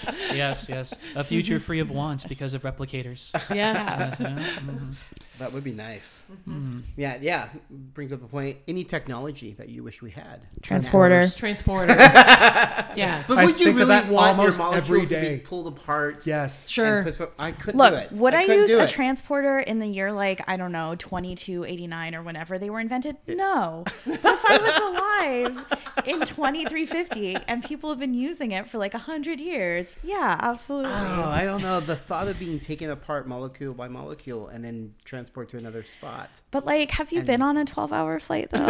Speaker 4: (laughs)
Speaker 2: Yes, yes. A future free of wants because of
Speaker 1: (laughs)
Speaker 2: replicators.
Speaker 4: yes.
Speaker 2: Yeah, mhm.
Speaker 1: That would be nice. Yeah, yeah. Brings up a point. Any technology that you wish we had?
Speaker 3: Transporter.
Speaker 1: (laughs)
Speaker 4: Transporters. yes.
Speaker 1: But
Speaker 5: I
Speaker 1: would you
Speaker 5: think
Speaker 1: really
Speaker 5: of that
Speaker 1: want your
Speaker 5: almost every
Speaker 1: molecules to
Speaker 5: day.
Speaker 1: be pulled apart?
Speaker 5: Yes.
Speaker 1: and
Speaker 4: Sure.
Speaker 1: put some- I couldn't do
Speaker 3: Look,
Speaker 1: it.
Speaker 3: would I,
Speaker 1: couldn't
Speaker 3: use
Speaker 1: do
Speaker 3: a
Speaker 1: it.
Speaker 3: transporter in the year like I don't know, 2289 or whenever they were invented?
Speaker 1: (laughs)
Speaker 3: No. But if I was alive in 2350 and people have been using it for like 100 years, yeah, absolutely.
Speaker 1: Oh, I don't know. The thought of being taken apart molecule by molecule and then transport to another spot.
Speaker 3: But like, have you
Speaker 1: And-
Speaker 3: been on a 12-hour
Speaker 1: (laughs)
Speaker 3: flight though?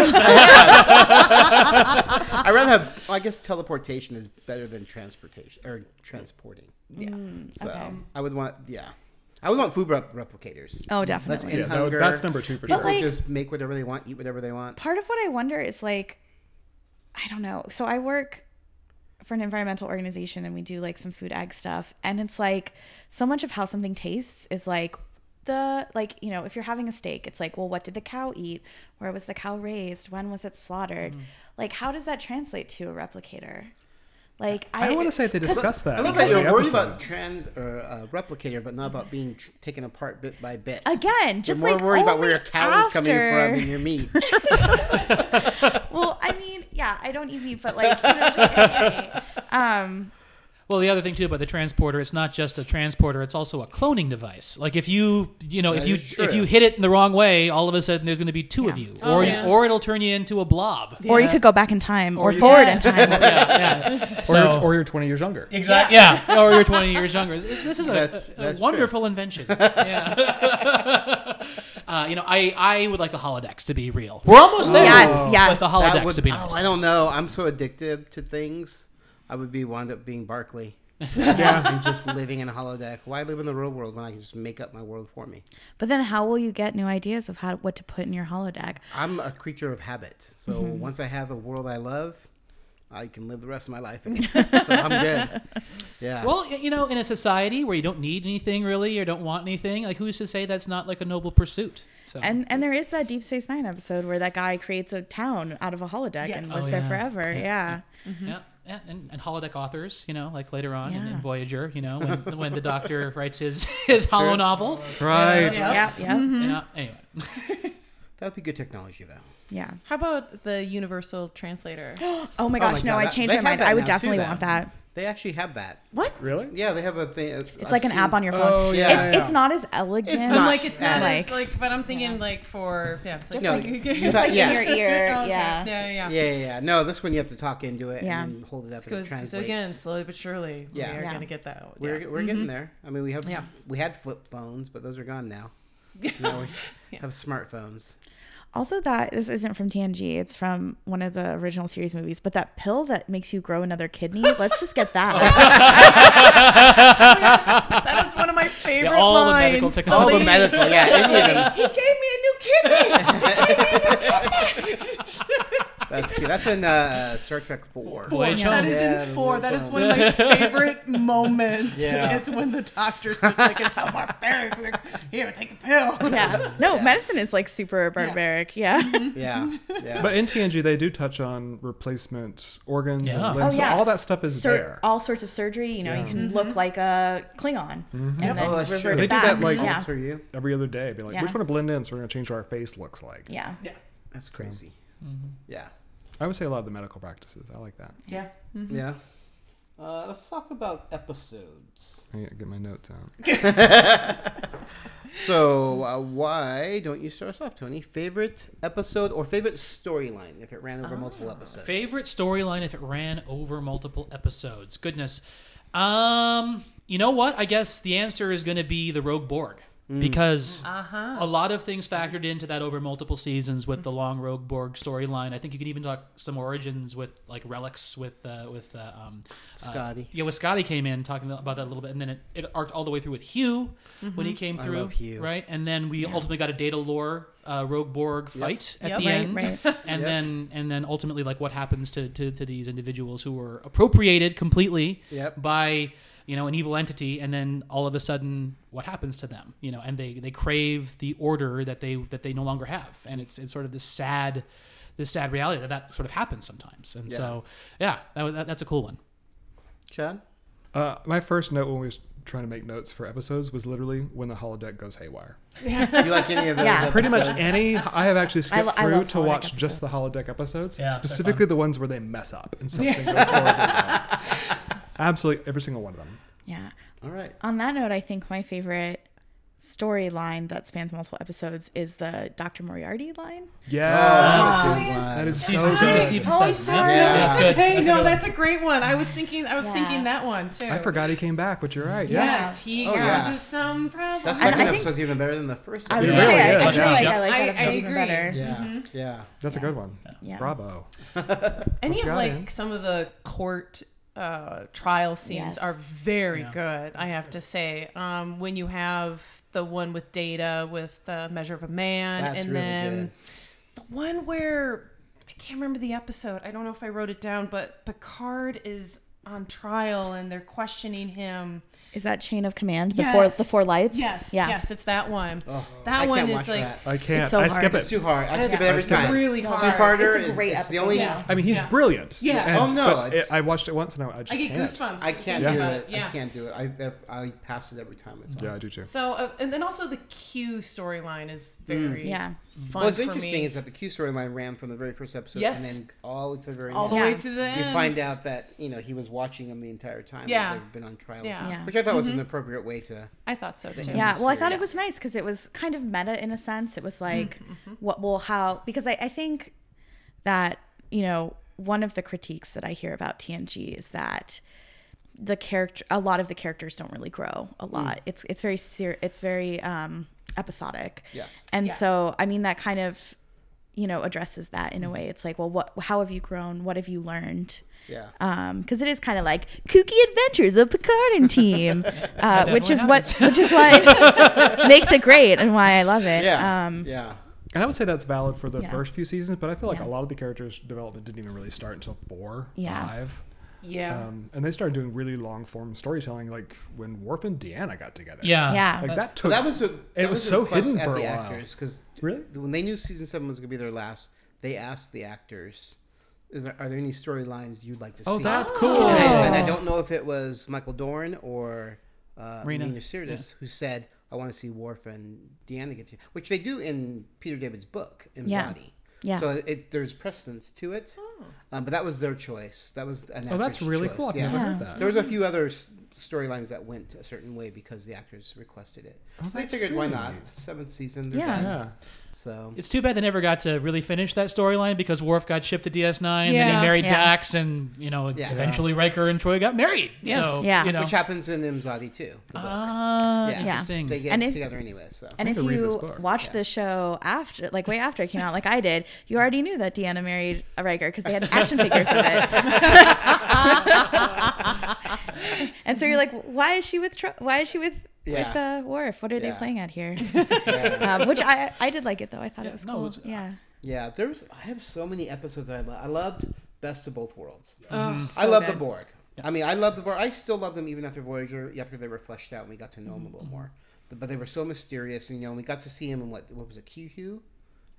Speaker 1: I'd rather have. well, I guess teleportation is better than transportation or transporting.
Speaker 3: yeah.
Speaker 1: So
Speaker 3: Mm, Okay.
Speaker 1: I would want. Yeah, I would want food rep- replicators.
Speaker 3: Oh,
Speaker 1: Let's
Speaker 3: definitely.
Speaker 1: end
Speaker 5: Yeah, that would-
Speaker 1: hunger.
Speaker 5: that's number two for
Speaker 3: But
Speaker 5: sure.
Speaker 3: like-
Speaker 1: just make whatever they want, eat whatever they want.
Speaker 3: part of what I wonder is like, I don't know. So I work for an environmental organization and we do like some food ag stuff. And it's like so much of how something tastes is like the, like, you know, if you're having a steak, it's like, well, what did the cow eat? Where was the cow raised? When was it slaughtered?
Speaker 1: Mm.
Speaker 3: Like, how does that translate to a replicator? Like,
Speaker 5: I don't want to say they discussed that.
Speaker 1: I love
Speaker 5: in
Speaker 1: that
Speaker 5: the
Speaker 1: you're worried
Speaker 5: episode.
Speaker 1: about trans or uh, replicator, but not about being tr- taken apart bit by bit.
Speaker 3: Again,
Speaker 1: You're
Speaker 3: just
Speaker 1: more
Speaker 3: like
Speaker 1: worried about
Speaker 3: only
Speaker 1: where your cow is coming
Speaker 3: after-
Speaker 1: from in your meat.
Speaker 3: Well, I mean, yeah, I don't eat meat, but like,
Speaker 1: (laughs)
Speaker 3: you know, just anyway. um,
Speaker 2: Well, the other thing too about the transporter, it's not just a transporter; it's also a cloning device. Like if you, you know,
Speaker 1: That
Speaker 2: if you
Speaker 1: is true.
Speaker 2: if you hit it in the wrong way, all of a sudden there's going to be two of
Speaker 3: Yeah.
Speaker 2: you,
Speaker 4: Oh,
Speaker 2: or
Speaker 4: yeah.
Speaker 2: or it'll turn you into a blob.
Speaker 3: Or you
Speaker 4: Yeah.
Speaker 3: could go back in time or,
Speaker 2: you-
Speaker 3: forward in time.
Speaker 5: Or,
Speaker 2: So-
Speaker 5: you're, or you're 20 years younger.
Speaker 2: Exactly. Yeah. or you're 20 years younger. This is a,
Speaker 1: That's-
Speaker 2: a- a
Speaker 1: that's (laughs)
Speaker 2: wonderful invention. Yeah. (laughs) uh, you know, I, I would like the holodeck to be real. We're almost there.
Speaker 3: Yes, yes.
Speaker 2: But the
Speaker 1: That
Speaker 2: holodeck
Speaker 1: would-
Speaker 2: to be
Speaker 1: oh,
Speaker 2: nice.
Speaker 1: I don't know. I'm so addictive to things. I would be wound up being
Speaker 3: (laughs)
Speaker 1: Barkley. and just living in a holodeck. Why live in the real world when I can just make up my world for me?
Speaker 3: But then how will you get new ideas of how what to put in your holodeck?
Speaker 1: I'm a creature of habit. So
Speaker 3: Mm-hmm.
Speaker 1: once I have a world I love, I can live the rest of my life in
Speaker 3: (laughs)
Speaker 1: it. so I'm good. Yeah.
Speaker 2: Well, y- you know, in a society where you don't need anything really or don't want anything, like who's to say that's not like a noble pursuit? So
Speaker 3: And and there is that Deep Space Nine episode where that guy creates a town out of a holodeck and
Speaker 4: Yes.
Speaker 3: lives
Speaker 2: Oh,
Speaker 3: there
Speaker 2: yeah.
Speaker 3: forever. Yeah.
Speaker 2: yeah. yeah, And, and holodeck authors, you know, like later on in, in
Speaker 3: Yeah.
Speaker 2: Voyager, you know, when, when the Doctor writes his, his hollow novel.
Speaker 5: Right.
Speaker 4: Yeah.
Speaker 3: Yeah. Yeah.
Speaker 1: Mm-hmm.
Speaker 2: Yeah. Anyway.
Speaker 1: that would be good technology, though.
Speaker 3: Yeah.
Speaker 4: How about the universal
Speaker 1: (gasps)
Speaker 4: translator?
Speaker 3: Oh my
Speaker 1: Oh my
Speaker 3: gosh, no,
Speaker 1: God,
Speaker 3: I
Speaker 1: that-
Speaker 3: changed
Speaker 1: they have
Speaker 3: my mind.
Speaker 1: that
Speaker 3: I would
Speaker 1: now, too,
Speaker 3: definitely
Speaker 1: then.
Speaker 3: want that.
Speaker 1: They actually have that.
Speaker 4: What?
Speaker 5: Really?
Speaker 1: Yeah, they have a thing. It's
Speaker 3: It's like an app on your phone.
Speaker 5: Oh, yeah,
Speaker 3: it's,
Speaker 5: yeah.
Speaker 3: it's not as elegant.
Speaker 1: It's
Speaker 4: I'm
Speaker 1: not.
Speaker 4: like it's not
Speaker 3: Like-
Speaker 4: like, like but I'm thinking like for yeah, it's like,
Speaker 3: Just
Speaker 1: No,
Speaker 4: like,
Speaker 1: you-
Speaker 4: (laughs) just
Speaker 1: like
Speaker 4: like
Speaker 1: in Yeah.
Speaker 3: your
Speaker 1: (laughs)
Speaker 3: ear,
Speaker 4: Okay.
Speaker 3: yeah.
Speaker 4: yeah, yeah.
Speaker 1: Yeah, yeah, yeah. No, this one you have to talk into it
Speaker 3: Yeah.
Speaker 1: and then hold it up
Speaker 4: It
Speaker 1: and it
Speaker 4: goes-
Speaker 1: translates.
Speaker 4: so again, slowly but surely,
Speaker 1: Yeah.
Speaker 4: we are
Speaker 3: Yeah.
Speaker 4: gonna get that.
Speaker 1: We're,
Speaker 4: yeah.
Speaker 1: we're
Speaker 3: Mm-hmm.
Speaker 1: getting there. I mean, we have
Speaker 4: Yeah.
Speaker 1: we had flip phones, but those are gone
Speaker 3: (laughs)
Speaker 1: now. now we have smartphones.
Speaker 3: Also, that this isn't from TNG. It's from one of the original series movies. But that pill that makes you grow another kidney. let's just
Speaker 1: (laughs)
Speaker 3: get
Speaker 1: Oh.
Speaker 3: that.
Speaker 4: That is one of my favorite
Speaker 2: all the
Speaker 4: lines.
Speaker 2: medical
Speaker 3: Oh,
Speaker 1: All
Speaker 2: technology.
Speaker 1: the medical, yeah, any of
Speaker 3: (laughs)
Speaker 1: them.
Speaker 4: he gave me a new kidney.
Speaker 1: That's cute. That's in uh, Star Trek Four.
Speaker 2: Voyage
Speaker 4: That
Speaker 2: home.
Speaker 4: is
Speaker 1: Yeah,
Speaker 4: in four.
Speaker 1: the
Speaker 4: That is
Speaker 1: little
Speaker 4: one of
Speaker 1: (laughs)
Speaker 4: my favorite moments.
Speaker 1: Yeah.
Speaker 4: Is when the doctor's just like, it's so barbaric. Like, Here, take
Speaker 2: (laughs)
Speaker 4: the pill.
Speaker 3: yeah. No, medicine is like super barbaric. Yeah.
Speaker 1: Mm-hmm. Yeah,
Speaker 3: (laughs)
Speaker 1: yeah.
Speaker 5: But in TNG, they do touch on replacement organs
Speaker 2: Yeah.
Speaker 5: and limbs.
Speaker 3: Oh,
Speaker 5: so
Speaker 3: yes.
Speaker 5: all that stuff is
Speaker 3: Sur-
Speaker 5: there.
Speaker 3: All sorts of surgery. You know, you
Speaker 4: Mm-hmm.
Speaker 3: can look like a Klingon
Speaker 5: Mm-hmm.
Speaker 3: and then
Speaker 1: oh, that's
Speaker 3: revert
Speaker 1: true.
Speaker 3: it
Speaker 5: They do
Speaker 3: back.
Speaker 5: that, like-
Speaker 3: yeah.
Speaker 1: alter you.
Speaker 5: Every other day, be like,
Speaker 3: Yeah.
Speaker 5: which one to blend in? So we're gonna change what our face looks like.
Speaker 3: yeah.
Speaker 1: That's crazy.
Speaker 5: Mm-hmm.
Speaker 1: Yeah,
Speaker 5: I would say a lot of the medical practices. I like that.
Speaker 4: Yeah.
Speaker 3: Mm-hmm.
Speaker 1: yeah. Uh, let's talk about episodes.
Speaker 5: I need to get my notes out.
Speaker 1: So, uh, why don't you start us off, Tony? Favorite episode or favorite storyline if it ran over
Speaker 3: Oh.
Speaker 1: multiple episodes?
Speaker 2: Favorite storyline if it ran over multiple episodes. Goodness. Um, you know what? I guess the answer is going to be the Rogue Borg. because a lot of things factored into that over multiple seasons with the long Rogue Borg storyline. I think you can even talk some origins with like relics with uh, with uh, um, uh,
Speaker 1: Scotty.
Speaker 5: (laughs)
Speaker 2: yeah, when Scotty came in talking about that a little bit, and then it, it arced all the way through with Hugh when he came through,
Speaker 1: love Hugh.
Speaker 2: right? And then we ultimately got a Data Lore uh, Rogue Borg fight at
Speaker 3: Yep.
Speaker 2: the
Speaker 3: Right,
Speaker 2: end,
Speaker 3: right.
Speaker 2: (laughs)
Speaker 1: Yep.
Speaker 2: and then and then ultimately like what happens to, to, to these individuals who were appropriated completely
Speaker 1: Yep.
Speaker 2: by you know an evil entity, and then all of a sudden what happens to them? You know, and they they crave the order that they that they no longer have, and it's it's sort of this sad. This sad reality that that sort of happens sometimes, and
Speaker 1: Yeah.
Speaker 2: so yeah, that, was- that, that's a cool one.
Speaker 1: Chad?
Speaker 5: Uh, my first note when we was trying to make notes for episodes was literally when the holodeck goes haywire.
Speaker 1: Do you like any of those?
Speaker 3: Yeah.
Speaker 5: Pretty much
Speaker 1: episodes?
Speaker 5: any (laughs) I have actually
Speaker 3: I
Speaker 5: skipped
Speaker 3: lo- I
Speaker 5: through
Speaker 3: love
Speaker 5: to
Speaker 3: holodeck
Speaker 5: watch just the holodeck episodes,
Speaker 2: Yeah, they're
Speaker 5: specifically the ones where they mess up and something goes (laughs) horribly wrong. Absolutely every single one of them.
Speaker 3: Yeah.
Speaker 1: All right.
Speaker 3: On that note, I think my favorite storyline that spans multiple episodes is the Dr. Moriarty line.
Speaker 5: Yeah,
Speaker 1: Good one.
Speaker 5: that is so
Speaker 2: Season two
Speaker 5: good.
Speaker 2: to season
Speaker 4: Oh,
Speaker 2: seven.
Speaker 4: I'm sorry.
Speaker 1: Yeah,
Speaker 2: that's good.
Speaker 4: Okay,
Speaker 2: That's
Speaker 4: no,
Speaker 2: good.
Speaker 4: that's a great one. I was thinking, I was
Speaker 3: Yeah.
Speaker 4: thinking that one too.
Speaker 5: I forgot he came back, but you're right. Yeah.
Speaker 4: Yes, he
Speaker 1: Oh,
Speaker 4: causes
Speaker 1: yeah.
Speaker 4: some problems.
Speaker 1: That
Speaker 3: And
Speaker 1: second
Speaker 3: I think-
Speaker 1: episode's even better than the first.
Speaker 3: I was
Speaker 1: episode.
Speaker 3: gonna
Speaker 5: really
Speaker 3: say, I, I
Speaker 5: is.
Speaker 3: feel like
Speaker 2: Yeah.
Speaker 3: I like
Speaker 4: I-
Speaker 3: that episode
Speaker 4: I
Speaker 3: even
Speaker 4: agree.
Speaker 3: better.
Speaker 1: Yeah,
Speaker 4: mm-hmm.
Speaker 1: yeah.
Speaker 5: That's a good one.
Speaker 3: Yeah.
Speaker 5: Bravo.
Speaker 4: Any
Speaker 5: What
Speaker 4: of
Speaker 5: you got,
Speaker 4: like
Speaker 5: Ann?
Speaker 4: some of the court uh, trial scenes
Speaker 3: Yes.
Speaker 4: are very
Speaker 2: Yeah.
Speaker 4: good, I have to say. Um, when you have the one with data with the measure of a man,
Speaker 1: That's
Speaker 4: and
Speaker 1: really
Speaker 4: then the one where I can't remember the episode. I don't know if I wrote it down, but Picard is on trial and they're questioning him.
Speaker 3: Is that Chain of Command? The
Speaker 4: Yes.
Speaker 3: four the four lights?
Speaker 4: Yes,
Speaker 3: Yeah.
Speaker 4: yes, it's that one.
Speaker 1: Oh,
Speaker 4: that
Speaker 1: I
Speaker 4: one
Speaker 1: can't
Speaker 4: is
Speaker 1: watch
Speaker 4: like
Speaker 1: that.
Speaker 5: I can't.
Speaker 3: so
Speaker 5: I
Speaker 3: hard.
Speaker 5: skip
Speaker 3: It's
Speaker 1: It's
Speaker 5: it.
Speaker 1: too hard. I skip it every
Speaker 5: It's too
Speaker 1: time.
Speaker 4: really hard.
Speaker 1: Two parter.
Speaker 3: It's a great
Speaker 1: It's the
Speaker 3: episode.
Speaker 1: only.
Speaker 4: Yeah.
Speaker 5: I mean, he's
Speaker 4: Yeah.
Speaker 5: brilliant.
Speaker 4: Yeah.
Speaker 5: and-
Speaker 1: Oh, no,
Speaker 5: but
Speaker 1: it's-
Speaker 5: it- I watched it once and I, I just
Speaker 4: I get
Speaker 5: can't.
Speaker 4: goosebumps.
Speaker 1: I can't
Speaker 4: thinking
Speaker 1: do
Speaker 4: about
Speaker 1: it. I can't do it. I if- I pass it every time. It's on.
Speaker 5: Yeah, I do too.
Speaker 4: So, uh, and then also the Q storyline is very
Speaker 3: Yeah.
Speaker 4: fun
Speaker 1: Hmm. Well, what's
Speaker 4: for
Speaker 1: interesting
Speaker 4: me.
Speaker 1: is that the Q storyline ran from the very first episode,
Speaker 4: Yes.
Speaker 1: and then all to the very
Speaker 4: all the
Speaker 1: end.
Speaker 4: way
Speaker 3: Yeah.
Speaker 4: to the
Speaker 1: You
Speaker 4: end.
Speaker 1: find out that you know he was watching them the entire time. that
Speaker 4: Yeah.
Speaker 1: they've been on trial,
Speaker 4: Yeah. Mm-hmm.
Speaker 3: Yeah.
Speaker 1: which I thought was an appropriate way to.
Speaker 4: I thought so too.
Speaker 3: Yeah, well, I thought it
Speaker 1: Yes.
Speaker 3: was nice because it was kind of meta in a sense. It was like, what will how? Because I, I think that you know one of the critiques that I hear about TNG is that the character, a lot of the characters don't really grow a lot. It's it's very ser- it's very um, episodic.
Speaker 1: Yes.
Speaker 3: and so I mean that kind of you know addresses that in a way. It's like, well, what how have you grown? What have you learned?
Speaker 1: Yeah.
Speaker 3: because Um, it is kind of like kooky adventures of Picard and
Speaker 1: (laughs)
Speaker 3: team, uh, which is
Speaker 2: definitely
Speaker 3: what which is why makes it great and why I love it.
Speaker 1: yeah.
Speaker 3: Um,
Speaker 1: yeah.
Speaker 5: And I would say that's valid for the
Speaker 3: Yeah.
Speaker 5: first few seasons, but I feel like
Speaker 3: Yeah.
Speaker 5: a lot of the characters' development didn't even really start until four,
Speaker 3: Yeah.
Speaker 5: five.
Speaker 4: Yeah.
Speaker 5: Um, and they started doing really long form storytelling, like when Warp and Deanna got together.
Speaker 2: Yeah.
Speaker 3: yeah,
Speaker 5: like that took
Speaker 1: Well, that was a, that
Speaker 5: was
Speaker 1: a
Speaker 5: so
Speaker 1: request
Speaker 5: hidden
Speaker 1: at
Speaker 5: for a
Speaker 1: the
Speaker 5: while.
Speaker 1: actors because
Speaker 5: Really?
Speaker 1: when they knew season seven was going to be their last, they asked the actors, "Is there, are there any storylines you'd like to
Speaker 5: Oh,
Speaker 1: see?"
Speaker 5: that's cool.
Speaker 1: And, I, and I don't know if it was Michael Dorn or uh,
Speaker 2: Rena.
Speaker 1: Rena Sirtis who said, "I want to see Worf and Deanna get to," which they do in Peter David's book in
Speaker 3: Yeah.
Speaker 1: Body.
Speaker 3: Yeah.
Speaker 1: So it, there's precedence to it, um, but that was their choice. That was an
Speaker 5: Oh, that's
Speaker 1: actor's
Speaker 5: really
Speaker 1: choice,
Speaker 5: cool. I've
Speaker 1: yeah.
Speaker 5: never heard that.
Speaker 1: There was a few other s- storylines that went a certain way because the actors requested it. So they figured, why not? It's the seventh season. They're
Speaker 3: Yeah.
Speaker 1: done.
Speaker 5: Yeah.
Speaker 1: So
Speaker 2: It's too bad they never got to really finish that storyline because Worf got shipped to DS9 and
Speaker 4: Yeah.
Speaker 2: he married
Speaker 3: Yeah.
Speaker 2: Dax and, you know,
Speaker 1: Yeah.
Speaker 2: eventually Riker and Troy got married.
Speaker 4: Yes.
Speaker 2: So,
Speaker 3: Yeah.
Speaker 2: you know.
Speaker 1: which happens in Imzadi too. the book.
Speaker 2: Ah,
Speaker 1: Yeah.
Speaker 2: interesting.
Speaker 1: They get
Speaker 3: And if-
Speaker 1: together anyway. So
Speaker 3: and
Speaker 5: need
Speaker 3: if
Speaker 5: to read this
Speaker 3: you
Speaker 5: book.
Speaker 3: watched the show after, like way after it came out, like I did, you already knew that Deanna married a Riker because they had action figures of it.
Speaker 1: (laughs)
Speaker 3: and so you're like, why is she with Tro- why is she with with
Speaker 1: Yeah.
Speaker 3: uh, Worf? What are they
Speaker 1: Yeah.
Speaker 3: playing at
Speaker 1: (laughs)
Speaker 3: here?
Speaker 1: yeah.
Speaker 3: um, which I I did like it though. I thought
Speaker 2: Yeah,
Speaker 3: it was
Speaker 2: no,
Speaker 3: cool.
Speaker 2: it's-
Speaker 3: yeah.
Speaker 1: yeah, there was. I have so many episodes that I loved. I loved Best of Both Worlds.
Speaker 4: Oh,
Speaker 1: Um, I
Speaker 4: so
Speaker 1: love the
Speaker 4: good.
Speaker 1: Borg. I mean, I love the Borg. I still love them even after Voyager, after they were fleshed out and we got to know them a little more. But they were so mysterious, and you know, we got to see him in what what was it, Q Hugh?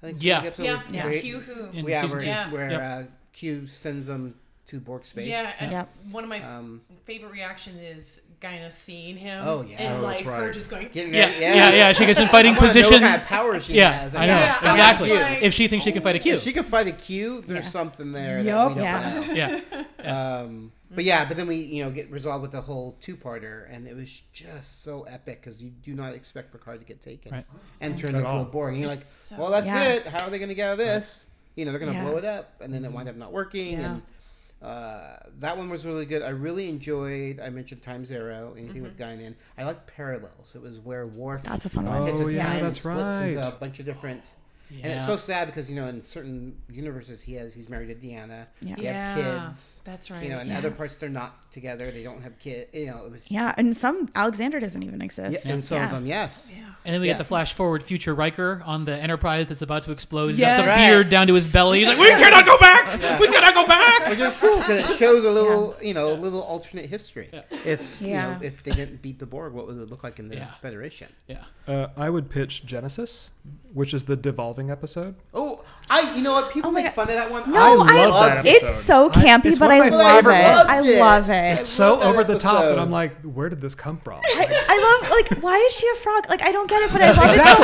Speaker 1: I think
Speaker 2: Yeah.
Speaker 1: the episode
Speaker 4: Yeah,
Speaker 1: where-
Speaker 4: it's
Speaker 1: where-
Speaker 4: Q who.
Speaker 2: In
Speaker 1: yeah,
Speaker 2: season
Speaker 1: where,
Speaker 2: two.
Speaker 4: Yeah.
Speaker 1: where
Speaker 2: Yep.
Speaker 1: uh, Q sends them to Borg space.
Speaker 4: Yeah, and
Speaker 3: Yep.
Speaker 4: one of my
Speaker 1: Um,
Speaker 4: favorite reaction is Gyna seeing him.
Speaker 1: Oh, yeah.
Speaker 4: and
Speaker 5: Oh, that's
Speaker 4: like her
Speaker 5: right.
Speaker 4: just going.
Speaker 1: Getting
Speaker 2: Yeah.
Speaker 1: ready-
Speaker 2: Yeah. yeah, She gets in
Speaker 1: (laughs) I
Speaker 2: fighting
Speaker 1: wanna know
Speaker 2: position.
Speaker 1: what kind of power she
Speaker 2: yeah,
Speaker 1: has.
Speaker 2: I know.
Speaker 1: mean,
Speaker 4: Yeah,
Speaker 1: fucking
Speaker 2: Exactly.
Speaker 1: Q.
Speaker 4: like-
Speaker 2: if she thinks she can fight a Q.
Speaker 1: If (laughs) she can fight a Q, there's something there. That
Speaker 4: Yup.
Speaker 1: we don't
Speaker 3: Yeah.
Speaker 1: know. (laughs)
Speaker 2: yeah.
Speaker 1: Um, but yeah, but then we you know get resolved with the whole two-parter, and it was just so epic because you do not expect Picard to get taken
Speaker 2: Right.
Speaker 1: and turned
Speaker 5: At
Speaker 1: into
Speaker 5: all.
Speaker 1: a Borg. And you're like,
Speaker 4: It's so-
Speaker 1: well, that's
Speaker 3: Yeah.
Speaker 1: it. How are they going to get out of this? You know, they're going to
Speaker 3: Yeah.
Speaker 1: blow it up, and then it wind up not working.
Speaker 4: Yeah.
Speaker 1: And Uh, that one was really good. I really enjoyed. I mentioned Time Zero. Anything with Guinan. I like Parallels. It was where Worf
Speaker 3: Mm-hmm. That's a fun one.
Speaker 5: Oh,
Speaker 1: gets a
Speaker 5: yeah,
Speaker 1: time and
Speaker 5: that's
Speaker 1: splits into a
Speaker 5: right.
Speaker 1: bunch of different. And it's so sad because you know in certain universes he has he's married to Deanna.
Speaker 3: Yeah.
Speaker 1: They have
Speaker 4: Yeah,
Speaker 1: kids.
Speaker 4: that's
Speaker 1: You know,
Speaker 4: right.
Speaker 1: in other parts they're not together. They don't have kids. You know, it was.
Speaker 3: Yeah, and some Alexander doesn't even
Speaker 1: Yeah,
Speaker 3: exist.
Speaker 1: and some
Speaker 3: yeah.
Speaker 1: of them, yes.
Speaker 2: And then we
Speaker 1: Yeah.
Speaker 2: get the flash forward future Riker on the Enterprise that's about to explode. He's got the
Speaker 4: Yes.
Speaker 2: beard down to his belly. He's like, we cannot go
Speaker 1: (laughs)
Speaker 2: back. We cannot go back.
Speaker 1: Which is cool because it shows a little, you know, a little alternate history. If you
Speaker 3: Yeah.
Speaker 1: know, if they didn't beat the Borg, what would it look like in the
Speaker 2: Yeah.
Speaker 1: Federation?
Speaker 2: Yeah.
Speaker 5: Uh, I would pitch Genesis, which is the devolving episode.
Speaker 1: Oh, I, you know what? People
Speaker 3: Oh my
Speaker 1: make
Speaker 3: God.
Speaker 1: fun of that one.
Speaker 5: I
Speaker 3: No, I
Speaker 5: love that
Speaker 3: It's so
Speaker 5: episode. I-
Speaker 3: campy,
Speaker 5: it's
Speaker 3: but
Speaker 5: one of
Speaker 3: I
Speaker 5: my
Speaker 3: love it.
Speaker 5: favorite
Speaker 3: I
Speaker 1: ones.
Speaker 3: love
Speaker 1: Yeah.
Speaker 3: it.
Speaker 5: So
Speaker 1: love that
Speaker 5: over the top that
Speaker 1: episode.
Speaker 5: I'm like, where did this come
Speaker 1: (laughs)
Speaker 5: from?
Speaker 3: I love like why is she a frog? Like I don't get (laughs) it, but I love it so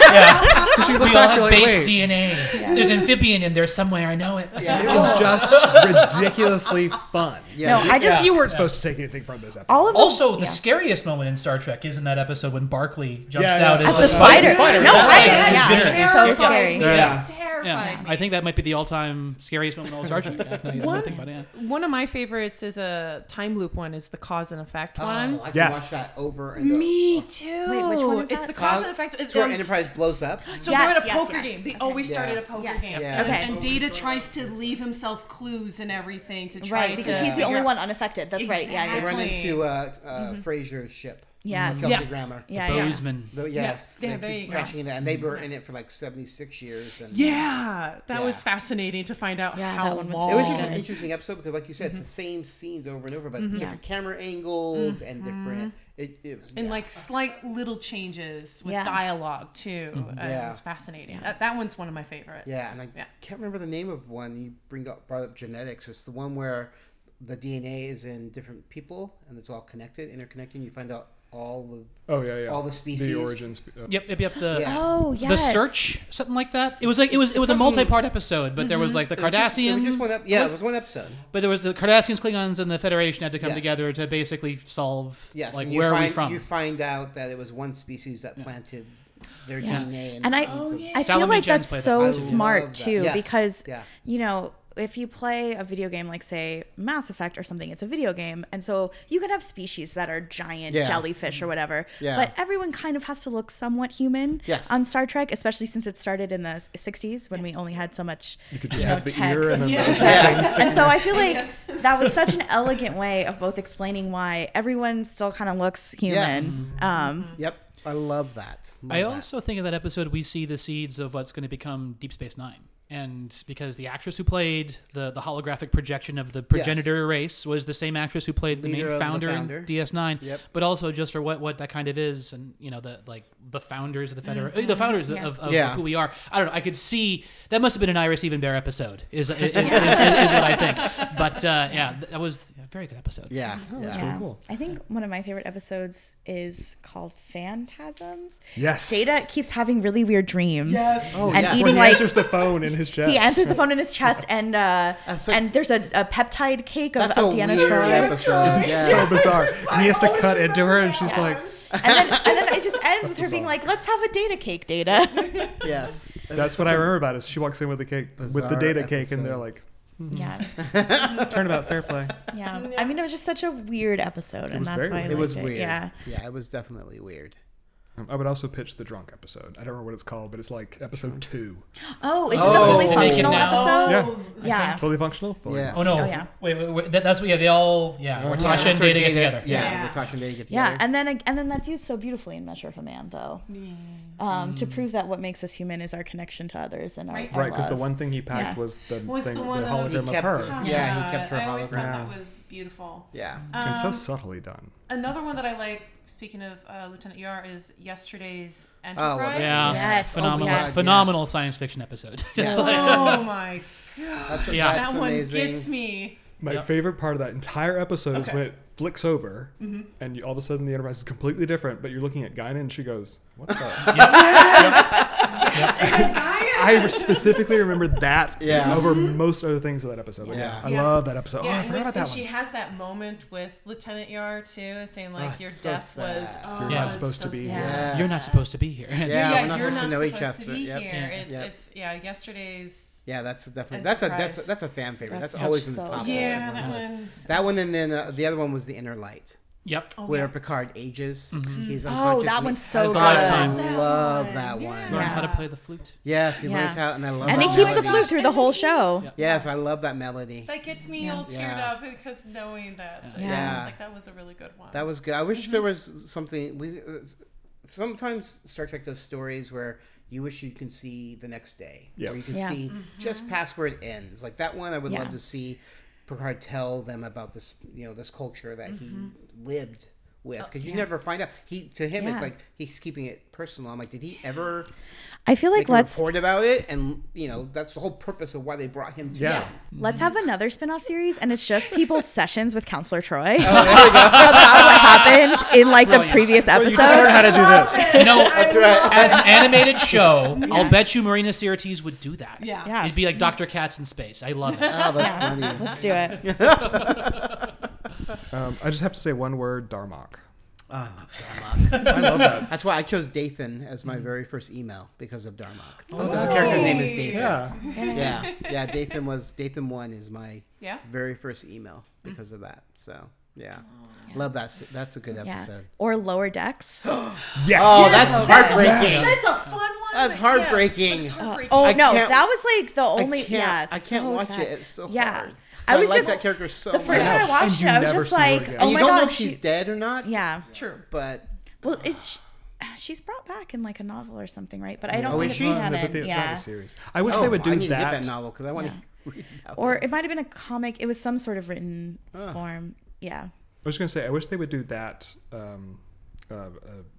Speaker 3: much.
Speaker 5: Because you look
Speaker 2: We all
Speaker 5: back, you're
Speaker 2: have base
Speaker 5: like, wait,
Speaker 2: DNA. There's amphibian in there somewhere. I know it.
Speaker 1: (laughs)
Speaker 5: it was just ridiculously fun.
Speaker 1: Oh. Yeah.
Speaker 3: No, I just
Speaker 5: You weren't supposed to take anything from this episode.
Speaker 3: all of
Speaker 2: Also, the
Speaker 3: yeah.
Speaker 2: scariest moment in Star Trek is in that episode when Barclay jumps
Speaker 5: Yeah, yeah.
Speaker 2: out
Speaker 3: as
Speaker 5: As
Speaker 3: the spider. No, I yeah, it's so
Speaker 4: Terrified.
Speaker 3: scary.
Speaker 4: Yeah.
Speaker 1: Yeah.
Speaker 4: Terrified.
Speaker 2: Yeah,
Speaker 4: me.
Speaker 2: I think that might be the all-time scariest moment in all of Star Trek. Yeah, now you
Speaker 4: What?
Speaker 2: think about it, yeah.
Speaker 4: One of my favorites is a time loop one. Is the cause and effect
Speaker 1: Oh,
Speaker 4: one?
Speaker 1: I can
Speaker 5: Yes.
Speaker 1: watch that over and over.
Speaker 4: Me too.
Speaker 3: Wait, which one is
Speaker 4: it's
Speaker 3: that?
Speaker 4: the cause
Speaker 1: Cause
Speaker 4: and effect. It's,
Speaker 1: it's where
Speaker 4: um,
Speaker 1: Uh, Enterprise blows up.
Speaker 4: so
Speaker 3: Yes,
Speaker 4: they're at a
Speaker 3: yes,
Speaker 4: poker
Speaker 3: yes.
Speaker 4: game. They always
Speaker 1: Yeah.
Speaker 4: start at a poker
Speaker 3: Yes.
Speaker 4: game.
Speaker 1: Yeah.
Speaker 4: And,
Speaker 3: Okay.
Speaker 4: and Data tries to leave himself clues and everything to try
Speaker 3: Right,
Speaker 4: to
Speaker 3: because he's the
Speaker 4: figure
Speaker 3: only
Speaker 4: out-
Speaker 3: one unaffected. That's right. Yeah,
Speaker 1: They
Speaker 3: yeah.
Speaker 4: Exactly. Mm-hmm.
Speaker 1: run into uh, uh, Frasier's ship.
Speaker 3: Yes.
Speaker 1: Kelsey
Speaker 2: Yeah.
Speaker 1: Grammer.
Speaker 3: Yeah, yeah.
Speaker 2: Bozeman.
Speaker 1: Though, yes.
Speaker 4: Yeah,
Speaker 1: They
Speaker 4: there you
Speaker 1: keep
Speaker 4: go.
Speaker 1: crashing into that. And they were in it for like 76 years. And
Speaker 4: Yeah, that
Speaker 1: Yeah.
Speaker 4: was fascinating to find out
Speaker 3: Yeah,
Speaker 4: how
Speaker 3: that one was
Speaker 4: long.
Speaker 1: It was just an
Speaker 3: Good.
Speaker 1: interesting episode because, like you said, it's the
Speaker 4: Mm-hmm.
Speaker 1: same scenes over and over, but
Speaker 3: Yeah.
Speaker 1: different camera angles and different. It, it was,
Speaker 4: Mm-hmm. and
Speaker 1: yeah.
Speaker 4: like slight little changes with
Speaker 3: Yeah.
Speaker 4: dialogue too. Uh,
Speaker 1: Mm-hmm. Yeah.
Speaker 4: It was fascinating. That, that one's one of my favorites.
Speaker 1: Yeah, and I can't remember the name of one you bring up. Brought up genetics. It's the one where the DNA is in different people and it's all connected, interconnected. and You find out all the
Speaker 5: Oh yeah, yeah.
Speaker 1: All the species.
Speaker 5: The origins. Uh,
Speaker 2: Yep, yep, yep. The
Speaker 1: Yeah.
Speaker 3: Oh yes.
Speaker 2: the search, something like that. It was like it was it was a multi-part episode, but there was like the
Speaker 1: It was just- it
Speaker 2: Cardassians.
Speaker 1: was just one ep- yeah, it was one episode.
Speaker 2: But there was the Cardassians, Klingons, and the Federation had to come
Speaker 1: Yes.
Speaker 2: together to basically solve
Speaker 1: Yes,
Speaker 2: like
Speaker 1: and you
Speaker 2: where
Speaker 1: find,
Speaker 2: are we from?
Speaker 1: You find out that it was one species that planted their
Speaker 3: Yeah.
Speaker 1: DNA, and,
Speaker 3: And I,
Speaker 4: Oh,
Speaker 1: seeds of-
Speaker 3: I feel
Speaker 2: Salome
Speaker 3: like
Speaker 2: Jens
Speaker 3: that's
Speaker 2: played that
Speaker 3: so
Speaker 1: part. I love
Speaker 3: smart
Speaker 1: that.
Speaker 3: too,
Speaker 1: Yes.
Speaker 3: because
Speaker 1: Yeah.
Speaker 3: you know, if you play a video game like say Mass Effect or something, it's a video game, and so you can have species that are giant
Speaker 1: Yeah.
Speaker 3: jellyfish or whatever.
Speaker 1: Yeah.
Speaker 3: But everyone kind of has to look somewhat human
Speaker 1: Yes.
Speaker 3: on Star Trek, especially since it started in the '60s when we only had so
Speaker 1: (laughs)
Speaker 3: much
Speaker 5: You could just
Speaker 3: you know,
Speaker 5: have the
Speaker 3: tech.
Speaker 5: ear and then the
Speaker 3: and so I feel like that was such an elegant way of both explaining why everyone still kind of looks human.
Speaker 1: Yes.
Speaker 3: Um,
Speaker 1: yep, I love that. Love
Speaker 2: I
Speaker 1: that.
Speaker 2: also think in that episode we see the seeds of what's going to become Deep Space Nine, and because the actress who played the the holographic projection of the progenitor race was the same actress who played the
Speaker 1: Leader of
Speaker 2: main
Speaker 1: the
Speaker 2: founder,
Speaker 1: founder.
Speaker 2: in DS Nine,
Speaker 1: Yep.
Speaker 2: but also just for what what that kind of is, and you know the like the founders of the federation, the founders
Speaker 3: Mm-hmm. Yeah.
Speaker 2: of, of,
Speaker 1: Yeah.
Speaker 2: who we are. I don't know. I could see that must have been an Iris Even Bear episode,
Speaker 1: (laughs)
Speaker 2: is is, is, is, is what I think. But uh, yeah, th- that was a very good episode.
Speaker 1: yeah,
Speaker 4: Oh,
Speaker 1: yeah.
Speaker 3: yeah.
Speaker 5: Oh, cool.
Speaker 3: I think one of my favorite episodes is called Phantasms.
Speaker 5: Yes.
Speaker 3: Data keeps having really weird dreams. and
Speaker 1: yeah.
Speaker 5: Where
Speaker 3: eating
Speaker 5: he
Speaker 3: like
Speaker 5: answers the phone in his chest.
Speaker 3: he answers the phone in his chest and uh
Speaker 1: That's like-
Speaker 3: and there's a, a peptide cake of,
Speaker 1: That's a
Speaker 3: of
Speaker 1: weird
Speaker 3: Deanna Troy.
Speaker 1: episode. Yeah.
Speaker 3: (laughs)
Speaker 5: so bizarre. And he has to cut into her, and she's like,
Speaker 3: And then and then it just
Speaker 1: (laughs)
Speaker 3: ends with her being like, Let's have a data cake, Data.
Speaker 1: Yes,
Speaker 5: "That's what I remember about it." She walks in with the cake, with the
Speaker 1: Bizarre
Speaker 5: data cake, and they're
Speaker 1: episode.
Speaker 5: like,
Speaker 3: yeah.
Speaker 5: "Turnabout, fair play."
Speaker 3: Yeah. I mean it was just such a weird episode and
Speaker 5: was
Speaker 3: that's
Speaker 5: very
Speaker 3: why I
Speaker 5: weird.
Speaker 1: It was
Speaker 3: liked
Speaker 1: weird.
Speaker 3: Yeah.
Speaker 1: yeah, it was definitely weird.
Speaker 5: (laughs) Um, I would also pitch the drunk episode. I don't remember what it's called, but it's like episode two.
Speaker 3: Oh, is it
Speaker 1: Oh.
Speaker 3: the fully
Speaker 1: Make it
Speaker 3: functional
Speaker 2: now.
Speaker 3: episode?
Speaker 5: Yeah.
Speaker 4: Oh.
Speaker 3: Yeah.
Speaker 5: Fully functional. Fully
Speaker 1: Yeah.
Speaker 2: Oh no!
Speaker 3: Oh, yeah.
Speaker 2: Wait, wait, wait. That, that's what yeah. They all yeah. We're Tasha and
Speaker 1: Uh-huh. That's where
Speaker 2: Data get together.
Speaker 1: Yeah,
Speaker 4: Yeah.
Speaker 1: where Tasha and Data get together.
Speaker 3: Yeah, and then and then that's used so beautifully in Measure of a Man, though, um, to prove that what makes us human is our connection to others and our,
Speaker 4: Right.
Speaker 3: our
Speaker 5: Right, because the
Speaker 3: love.
Speaker 5: one thing he packed
Speaker 3: Yeah.
Speaker 5: was the
Speaker 4: Was
Speaker 5: thing,
Speaker 4: the one of- He
Speaker 5: hologram of
Speaker 1: kept-
Speaker 5: her.
Speaker 1: Yeah, he kept her
Speaker 4: I always thought
Speaker 5: hologram.
Speaker 4: that was beautiful. Um,
Speaker 1: yeah.
Speaker 5: and so subtly done.
Speaker 4: Another one that I like, speaking of uh, Lieutenant Yar, is yesterday's
Speaker 1: Oh, well,
Speaker 4: Enterprise.
Speaker 2: Yeah,
Speaker 3: Yes.
Speaker 2: phenomenal,
Speaker 3: Oh, yes.
Speaker 2: phenomenal science fiction episode. Just like-
Speaker 4: Oh my god,
Speaker 1: That's,
Speaker 2: Yeah.
Speaker 1: that's
Speaker 4: that one
Speaker 1: amazing.
Speaker 4: gets me.
Speaker 5: My
Speaker 2: Yep.
Speaker 5: favorite part of that entire episode is
Speaker 4: Okay.
Speaker 5: when it flicks over, and you, all of a sudden the Enterprise is completely different. But you're looking at Guinan, and she goes, "What the?" I specifically remember that
Speaker 1: Yeah.
Speaker 5: over most other things of that episode. Like,
Speaker 1: Yeah.
Speaker 5: I
Speaker 4: Yeah.
Speaker 5: love that episode. oh, I
Speaker 4: Yeah, and,
Speaker 5: forgot about
Speaker 4: and
Speaker 5: that
Speaker 4: she
Speaker 5: one.
Speaker 4: has that moment with Lieutenant Yar too, saying like
Speaker 1: Oh,
Speaker 4: your
Speaker 1: it's so
Speaker 4: death
Speaker 1: sad.
Speaker 4: was
Speaker 1: You're
Speaker 4: oh,
Speaker 5: not
Speaker 4: it's
Speaker 5: supposed
Speaker 4: so
Speaker 5: to be
Speaker 4: sad.
Speaker 5: here.
Speaker 1: Yeah.
Speaker 2: You're not supposed to be here. (laughs)
Speaker 1: Yeah,
Speaker 4: Yeah,
Speaker 1: we're not
Speaker 4: you're
Speaker 1: supposed
Speaker 4: not
Speaker 1: to know each
Speaker 4: supposed to
Speaker 1: other.
Speaker 4: be
Speaker 1: Yep.
Speaker 4: here.
Speaker 2: Yeah.
Speaker 4: It's
Speaker 1: Yep.
Speaker 4: it's yeah. Yesterday's
Speaker 1: Yeah, that's definitely
Speaker 4: And
Speaker 1: that's a that's a,
Speaker 4: surprise.
Speaker 1: that's a fan favorite. That's,
Speaker 3: That's
Speaker 1: always
Speaker 3: such
Speaker 1: in the
Speaker 3: solid-
Speaker 1: top.
Speaker 4: Yeah,
Speaker 1: one.
Speaker 4: that one.
Speaker 1: That one, and then uh, the other one was the Inner Light,
Speaker 2: Yep.
Speaker 1: where Picard ages. He's
Speaker 3: Oh,
Speaker 1: unconscious.
Speaker 3: that
Speaker 1: and-
Speaker 3: one's so
Speaker 2: the
Speaker 3: good.
Speaker 2: last
Speaker 1: I
Speaker 2: time.
Speaker 1: love that
Speaker 4: Yeah.
Speaker 1: one.
Speaker 2: Learns how to play the flute.
Speaker 1: Yes, he learns
Speaker 3: Yeah.
Speaker 1: how, and I love.
Speaker 3: And
Speaker 1: that
Speaker 3: he keeps the
Speaker 1: melody.
Speaker 3: flute through the whole show.
Speaker 2: Yeah.
Speaker 1: Yes, I love that melody.
Speaker 4: That gets me
Speaker 3: Yeah.
Speaker 4: all teared
Speaker 1: Yeah.
Speaker 4: up because knowing that, like,
Speaker 1: Yeah.
Speaker 4: I was like that was a really good one.
Speaker 1: That was good. I
Speaker 3: Mm-hmm.
Speaker 1: wish there was something. We uh, sometimes Star Trek does stories where you wish you can see the next day,
Speaker 5: Yeah.
Speaker 1: or you can
Speaker 3: Yeah. Mm-hmm.
Speaker 1: see just past where it ends. Like that one, I would
Speaker 3: Yeah.
Speaker 1: love to see Picard tell them about this, you know, this culture that he lived with, because you never find out. He to him,
Speaker 3: Mm-hmm. Oh, Yeah.
Speaker 1: it's like he's keeping it personal. I'm like, did he ever
Speaker 3: I feel like
Speaker 1: make a
Speaker 3: let's
Speaker 1: report about it? And you know, that's the whole purpose of why they brought him to.
Speaker 3: (laughs)
Speaker 5: Yeah.
Speaker 3: let's have another spin-off series and it's just (laughs) people's sessions with Counselor (laughs) Troy about what happened in like the
Speaker 2: Brilliant.
Speaker 3: previous
Speaker 5: You just learn
Speaker 3: episode.
Speaker 5: how to do this.
Speaker 2: You know,
Speaker 1: right.
Speaker 2: as an animated show, I'll bet you Marina Sirtis would do that.
Speaker 4: Yeah.
Speaker 3: Yeah.
Speaker 2: It'd be like Dr. Katz in space. I love it.
Speaker 1: Oh, that's funny.
Speaker 3: Let's do it.
Speaker 5: Um, I just have to say one word, Darmok.
Speaker 1: Oh, Darmok.
Speaker 5: I love that.
Speaker 1: That's why I chose Dathan as my very first email because of Darmok.
Speaker 3: Oh,
Speaker 1: the character's name is Dathan. Yeah.
Speaker 5: Yeah.
Speaker 3: (laughs)
Speaker 1: yeah, Dathan was Dathan one is my
Speaker 4: Yeah.
Speaker 1: very first email because of that. So yeah, love that. s- That's a good
Speaker 3: Oh, Yeah.
Speaker 1: episode.
Speaker 3: Or lower (gasps) decks.
Speaker 5: Yes.
Speaker 1: Oh, that's heartbreaking.
Speaker 4: That's a fun one.
Speaker 1: That's
Speaker 4: but
Speaker 1: heartbreaking.
Speaker 4: Yes, that's heartbreaking.
Speaker 3: Oh
Speaker 1: I
Speaker 3: no,
Speaker 1: can't-
Speaker 3: that was like the
Speaker 1: I
Speaker 3: only.
Speaker 1: can't,
Speaker 3: yeah,
Speaker 1: I can't
Speaker 3: so
Speaker 1: watch
Speaker 3: sad.
Speaker 1: it. Oh It's so
Speaker 3: Yeah.
Speaker 1: hard.
Speaker 3: I was
Speaker 1: like
Speaker 3: just
Speaker 1: that character so
Speaker 3: the first
Speaker 1: much.
Speaker 3: time I
Speaker 5: And
Speaker 3: watched
Speaker 5: you
Speaker 3: it, I was
Speaker 5: never
Speaker 3: just
Speaker 5: see her
Speaker 3: like,
Speaker 5: again.
Speaker 3: oh
Speaker 1: you
Speaker 3: my
Speaker 1: don't know
Speaker 3: god,
Speaker 1: if she's
Speaker 3: she-
Speaker 1: dead or not.
Speaker 3: yeah.
Speaker 4: True.
Speaker 1: but
Speaker 3: Well, it's she's brought back in like a novel or something, right? But I don't
Speaker 1: Oh,
Speaker 3: think
Speaker 1: is she?
Speaker 3: it's
Speaker 5: But
Speaker 3: canon.
Speaker 5: they- not a
Speaker 3: yeah.
Speaker 5: series. I wish
Speaker 1: oh,
Speaker 5: they would do
Speaker 1: I need
Speaker 5: that.
Speaker 1: to get that novel because I want to (laughs) read that.
Speaker 3: Or
Speaker 1: one.
Speaker 3: it might have been a comic. It was some sort of written form. Yeah.
Speaker 5: I was gonna say, I wish they would do that um, uh, uh,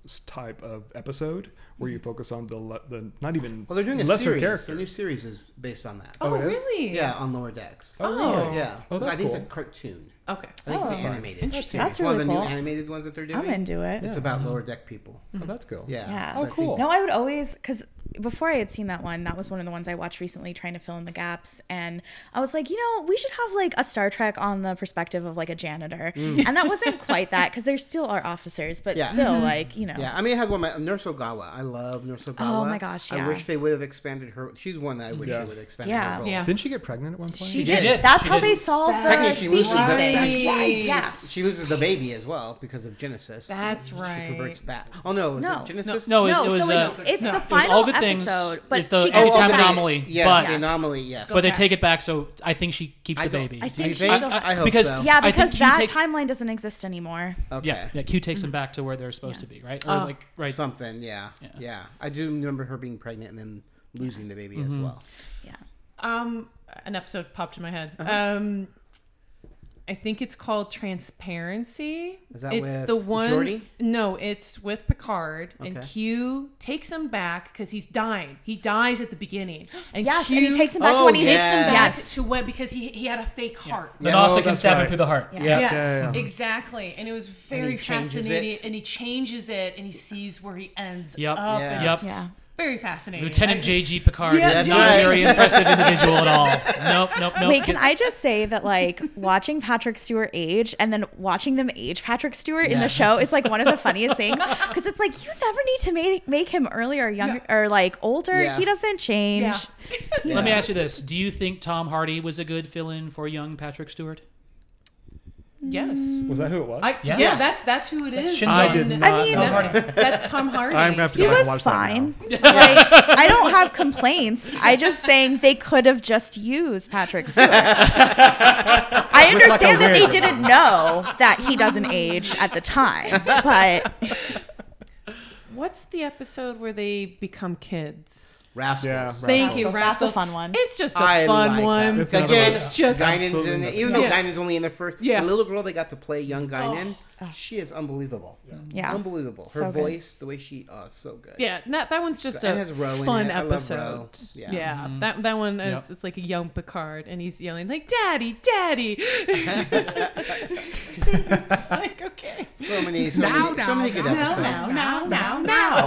Speaker 5: s- type of episode where you focus on the le- the not even
Speaker 1: Mm-hmm. well, they're doing a
Speaker 5: lesser
Speaker 1: series.
Speaker 5: character.
Speaker 1: A new series is based on that.
Speaker 4: Oh,
Speaker 5: it is?
Speaker 4: really?
Speaker 1: Yeah, on Lower Decks.
Speaker 4: Oh.
Speaker 1: Yeah,
Speaker 5: Oh, that's
Speaker 1: I think
Speaker 5: cool.
Speaker 1: it's a cartoon.
Speaker 4: Okay.
Speaker 1: I think
Speaker 3: Oh.
Speaker 1: it's animated.
Speaker 3: Interesting.
Speaker 1: It's
Speaker 3: That's
Speaker 1: one of the
Speaker 3: really
Speaker 1: new
Speaker 3: cool.
Speaker 1: animated ones that they're doing.
Speaker 3: I'm into it.
Speaker 1: It's about lower deck people.
Speaker 5: Oh, that's cool.
Speaker 1: Mm-hmm. Yeah.
Speaker 3: Yeah.
Speaker 1: I
Speaker 5: Oh,
Speaker 1: think-
Speaker 5: cool.
Speaker 3: No, I would always because before I had seen that one, that was one of the ones I watched recently, trying to fill in the gaps. And I was like, you know, we should have like a Star Trek on the perspective of like a janitor, (laughs) and that wasn't quite that because there still are officers, but
Speaker 1: Yeah.
Speaker 3: still, like you know,
Speaker 1: Yeah, I mean, I had one. My, Nurse Ogawa, I love Nurse Ogawa.
Speaker 3: my gosh,
Speaker 1: I
Speaker 3: yeah.
Speaker 1: wish they would have expanded her. She's one that I wish they would have expanded
Speaker 3: Yeah.
Speaker 1: her role.
Speaker 4: Yeah.
Speaker 5: Didn't she get pregnant at one point?
Speaker 3: she,
Speaker 1: did.
Speaker 3: did. That's
Speaker 2: She
Speaker 3: how
Speaker 2: did.
Speaker 3: they solved the
Speaker 1: Technically, she loses
Speaker 3: species
Speaker 1: that-
Speaker 3: thing.
Speaker 1: that's
Speaker 4: right.
Speaker 3: Yeah.
Speaker 1: She loses the baby as well because of Genesis.
Speaker 4: That's
Speaker 1: She
Speaker 4: right.
Speaker 1: converts back. Oh no, is
Speaker 3: No.
Speaker 1: it Genesis?
Speaker 2: No, it,
Speaker 3: No,
Speaker 2: it was.
Speaker 3: so it's,
Speaker 2: uh,
Speaker 3: it's the
Speaker 2: it was
Speaker 3: final
Speaker 2: all good things.
Speaker 3: episode, but
Speaker 2: it's the
Speaker 3: she
Speaker 2: every
Speaker 3: gets
Speaker 1: oh,
Speaker 2: time
Speaker 1: the baby.
Speaker 2: anomaly.
Speaker 1: Yes,
Speaker 2: but
Speaker 1: the anomaly. Yes.
Speaker 2: but they take it back, so I think she keeps
Speaker 1: I
Speaker 2: the
Speaker 1: don't-
Speaker 2: baby.
Speaker 3: I
Speaker 1: Do you
Speaker 3: think she's
Speaker 1: think?
Speaker 3: still-
Speaker 1: I, I hope
Speaker 2: because-
Speaker 1: so.
Speaker 3: yeah,
Speaker 2: I think
Speaker 3: because
Speaker 2: she
Speaker 3: that
Speaker 2: takes-
Speaker 3: timeline doesn't exist anymore.
Speaker 1: Okay.
Speaker 2: Yeah, yeah. Q takes them back to where they're supposed to be, right? Or like right.
Speaker 1: Something. Yeah. yeah. I do remember her being pregnant and then losing the baby
Speaker 4: Mm-hmm.
Speaker 1: as well.
Speaker 3: Yeah.
Speaker 4: Um, an episode popped in my head. Um, I think it's called Transparency.
Speaker 1: Is that
Speaker 4: it's
Speaker 1: with
Speaker 4: the one?
Speaker 1: Geordi?
Speaker 4: No, it's with Picard, and
Speaker 1: Okay.
Speaker 4: Q takes him back because he's dying. He dies at the beginning, and
Speaker 3: Yes,
Speaker 4: Q
Speaker 3: and he takes him back
Speaker 1: Oh,
Speaker 3: to when he's
Speaker 1: yeah.
Speaker 4: him back
Speaker 3: Yes.
Speaker 4: to when because he he had a fake heart.
Speaker 2: The
Speaker 1: Yeah.
Speaker 2: Nasa
Speaker 5: Oh,
Speaker 2: can
Speaker 5: that's
Speaker 2: stab him
Speaker 5: right.
Speaker 2: through the heart. Yeah.
Speaker 4: Yes,
Speaker 5: Yeah, yeah.
Speaker 4: exactly. And it was
Speaker 1: he
Speaker 4: very
Speaker 1: changes
Speaker 4: fascinating.
Speaker 1: it.
Speaker 4: And he changes it and he sees where he ends
Speaker 2: Yep.
Speaker 4: up.
Speaker 1: Yeah.
Speaker 4: And
Speaker 2: Yep.
Speaker 4: it's
Speaker 3: Yeah.
Speaker 4: Very fascinating.
Speaker 2: Lieutenant J.G. Picard
Speaker 4: Yeah,
Speaker 2: is
Speaker 1: that's
Speaker 2: not
Speaker 1: right.
Speaker 2: a very impressive individual at all. Nope, nope, nope.
Speaker 3: Wait, can I just say that like (laughs) watching Patrick Stewart age and then watching them age Patrick Stewart in the
Speaker 1: Yes.
Speaker 3: show is like one
Speaker 5: (laughs)
Speaker 3: of the funniest things because it's like you never need to make make him earlier or younger or like older.
Speaker 1: Yeah.
Speaker 3: He doesn't change.
Speaker 4: Yeah. (laughs)
Speaker 1: Yeah.
Speaker 2: Let me ask you this: Do you think Tom Hardy was a good fill-in for young Patrick Stewart?
Speaker 4: Yes.
Speaker 5: was that who it was?
Speaker 4: I,
Speaker 2: Yes.
Speaker 4: Yeah, that's that's who it is.
Speaker 2: Shinzo. I
Speaker 4: on-
Speaker 5: did
Speaker 3: I mean,
Speaker 5: not know.
Speaker 2: Tom Hardy.
Speaker 4: (laughs) That's Tom Hardy.
Speaker 5: I'm gonna have to
Speaker 3: He
Speaker 5: go back and
Speaker 3: was
Speaker 5: watch that now.
Speaker 3: fine. (laughs) Like, I don't have complaints. I just saying they could have just used Patrick
Speaker 5: (laughs)
Speaker 3: Stewart. I understand that they
Speaker 5: weird.
Speaker 3: didn't know that he doesn't age at the time, but
Speaker 4: What's the episode where they become kids?
Speaker 1: Rascals.
Speaker 5: Yeah,
Speaker 4: Thank you,
Speaker 3: Rascals. That's
Speaker 4: Rascal.
Speaker 3: a fun one.
Speaker 4: It's just a
Speaker 1: I
Speaker 4: fun
Speaker 1: like
Speaker 4: one.
Speaker 1: That.
Speaker 5: It's another
Speaker 1: Again,
Speaker 5: one.
Speaker 4: It's just-
Speaker 1: Guinan's in
Speaker 5: Absolutely
Speaker 1: it. Even though
Speaker 4: Yeah.
Speaker 1: Guinan's only in the first,
Speaker 4: Yeah. Oh.
Speaker 1: the little girl they got to play, young Guinan, she is unbelievable.
Speaker 3: Yeah.
Speaker 1: Unbelievable. Her
Speaker 3: So good.
Speaker 1: voice, the way she, oh, so good.
Speaker 4: Yeah, that, that one's just
Speaker 1: It
Speaker 4: a
Speaker 1: has Roe in
Speaker 4: fun
Speaker 1: it. I love Roe.
Speaker 4: episode.
Speaker 1: Yeah.
Speaker 4: Yeah,
Speaker 5: Mm-hmm.
Speaker 4: that that one is
Speaker 2: Yep.
Speaker 4: it's like a young Picard, and he's yelling like "Daddy,
Speaker 1: (laughs)
Speaker 4: Daddy." (laughs) it's like okay,
Speaker 1: So many, so many, so many good episodes.
Speaker 4: now, now, now.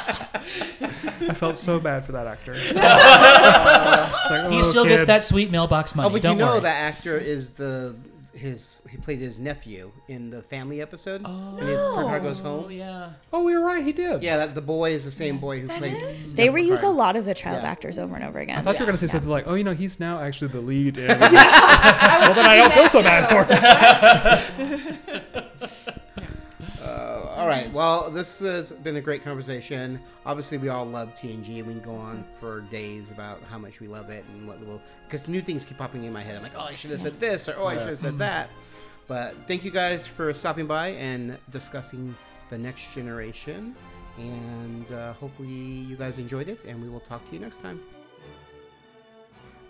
Speaker 5: I felt so bad for that actor. It's like,
Speaker 2: He
Speaker 5: "Oh,
Speaker 2: still
Speaker 5: kid."
Speaker 2: gets that sweet mailbox money.
Speaker 1: Oh, but
Speaker 2: Don't
Speaker 1: you know
Speaker 2: worry.
Speaker 1: that actor is the his he played his nephew in the family episode. Oh, when he- Picard goes
Speaker 2: Oh
Speaker 1: home.
Speaker 2: yeah.
Speaker 5: Oh, you're right. He did.
Speaker 1: Yeah, that, the boy is the same boy who played.
Speaker 3: They
Speaker 1: Picard.
Speaker 3: reuse a lot of the child
Speaker 1: Yeah.
Speaker 3: actors over and over
Speaker 5: I
Speaker 3: again.
Speaker 5: thought you were gonna say something like, "Oh, you know, he's now actually the lead." In... well,
Speaker 4: I was
Speaker 5: then I don't feel so
Speaker 4: thinking that
Speaker 5: bad for him.
Speaker 1: Uh, all right. Well, this has been a great conversation. Obviously, we all love TNG. We can go on for days about how much we love it and what will because new things keep popping in my head. I'm like, oh, I should have said this, or oh, I should have said that. But thank you guys for stopping by and discussing the next generation. And uh, hopefully, you guys enjoyed it. And we will talk to you next time.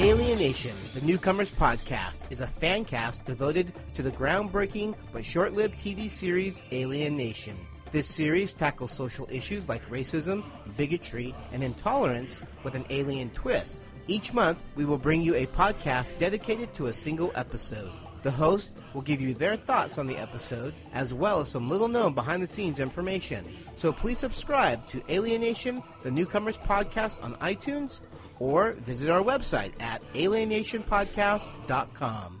Speaker 1: Alienation, the Newcomers Podcast, is a fan cast devoted to the groundbreaking but short lived TV series Alienation. This series tackles social issues like racism, bigotry, and intolerance with an alien twist. Each month, we will bring you a podcast dedicated to a single episode. The host will give you their thoughts on the episode, as well as some little known behind the scenes information. So please subscribe to Alienation, the Newcomers Podcast on iTunes, or visit our website at alienationpodcast.com.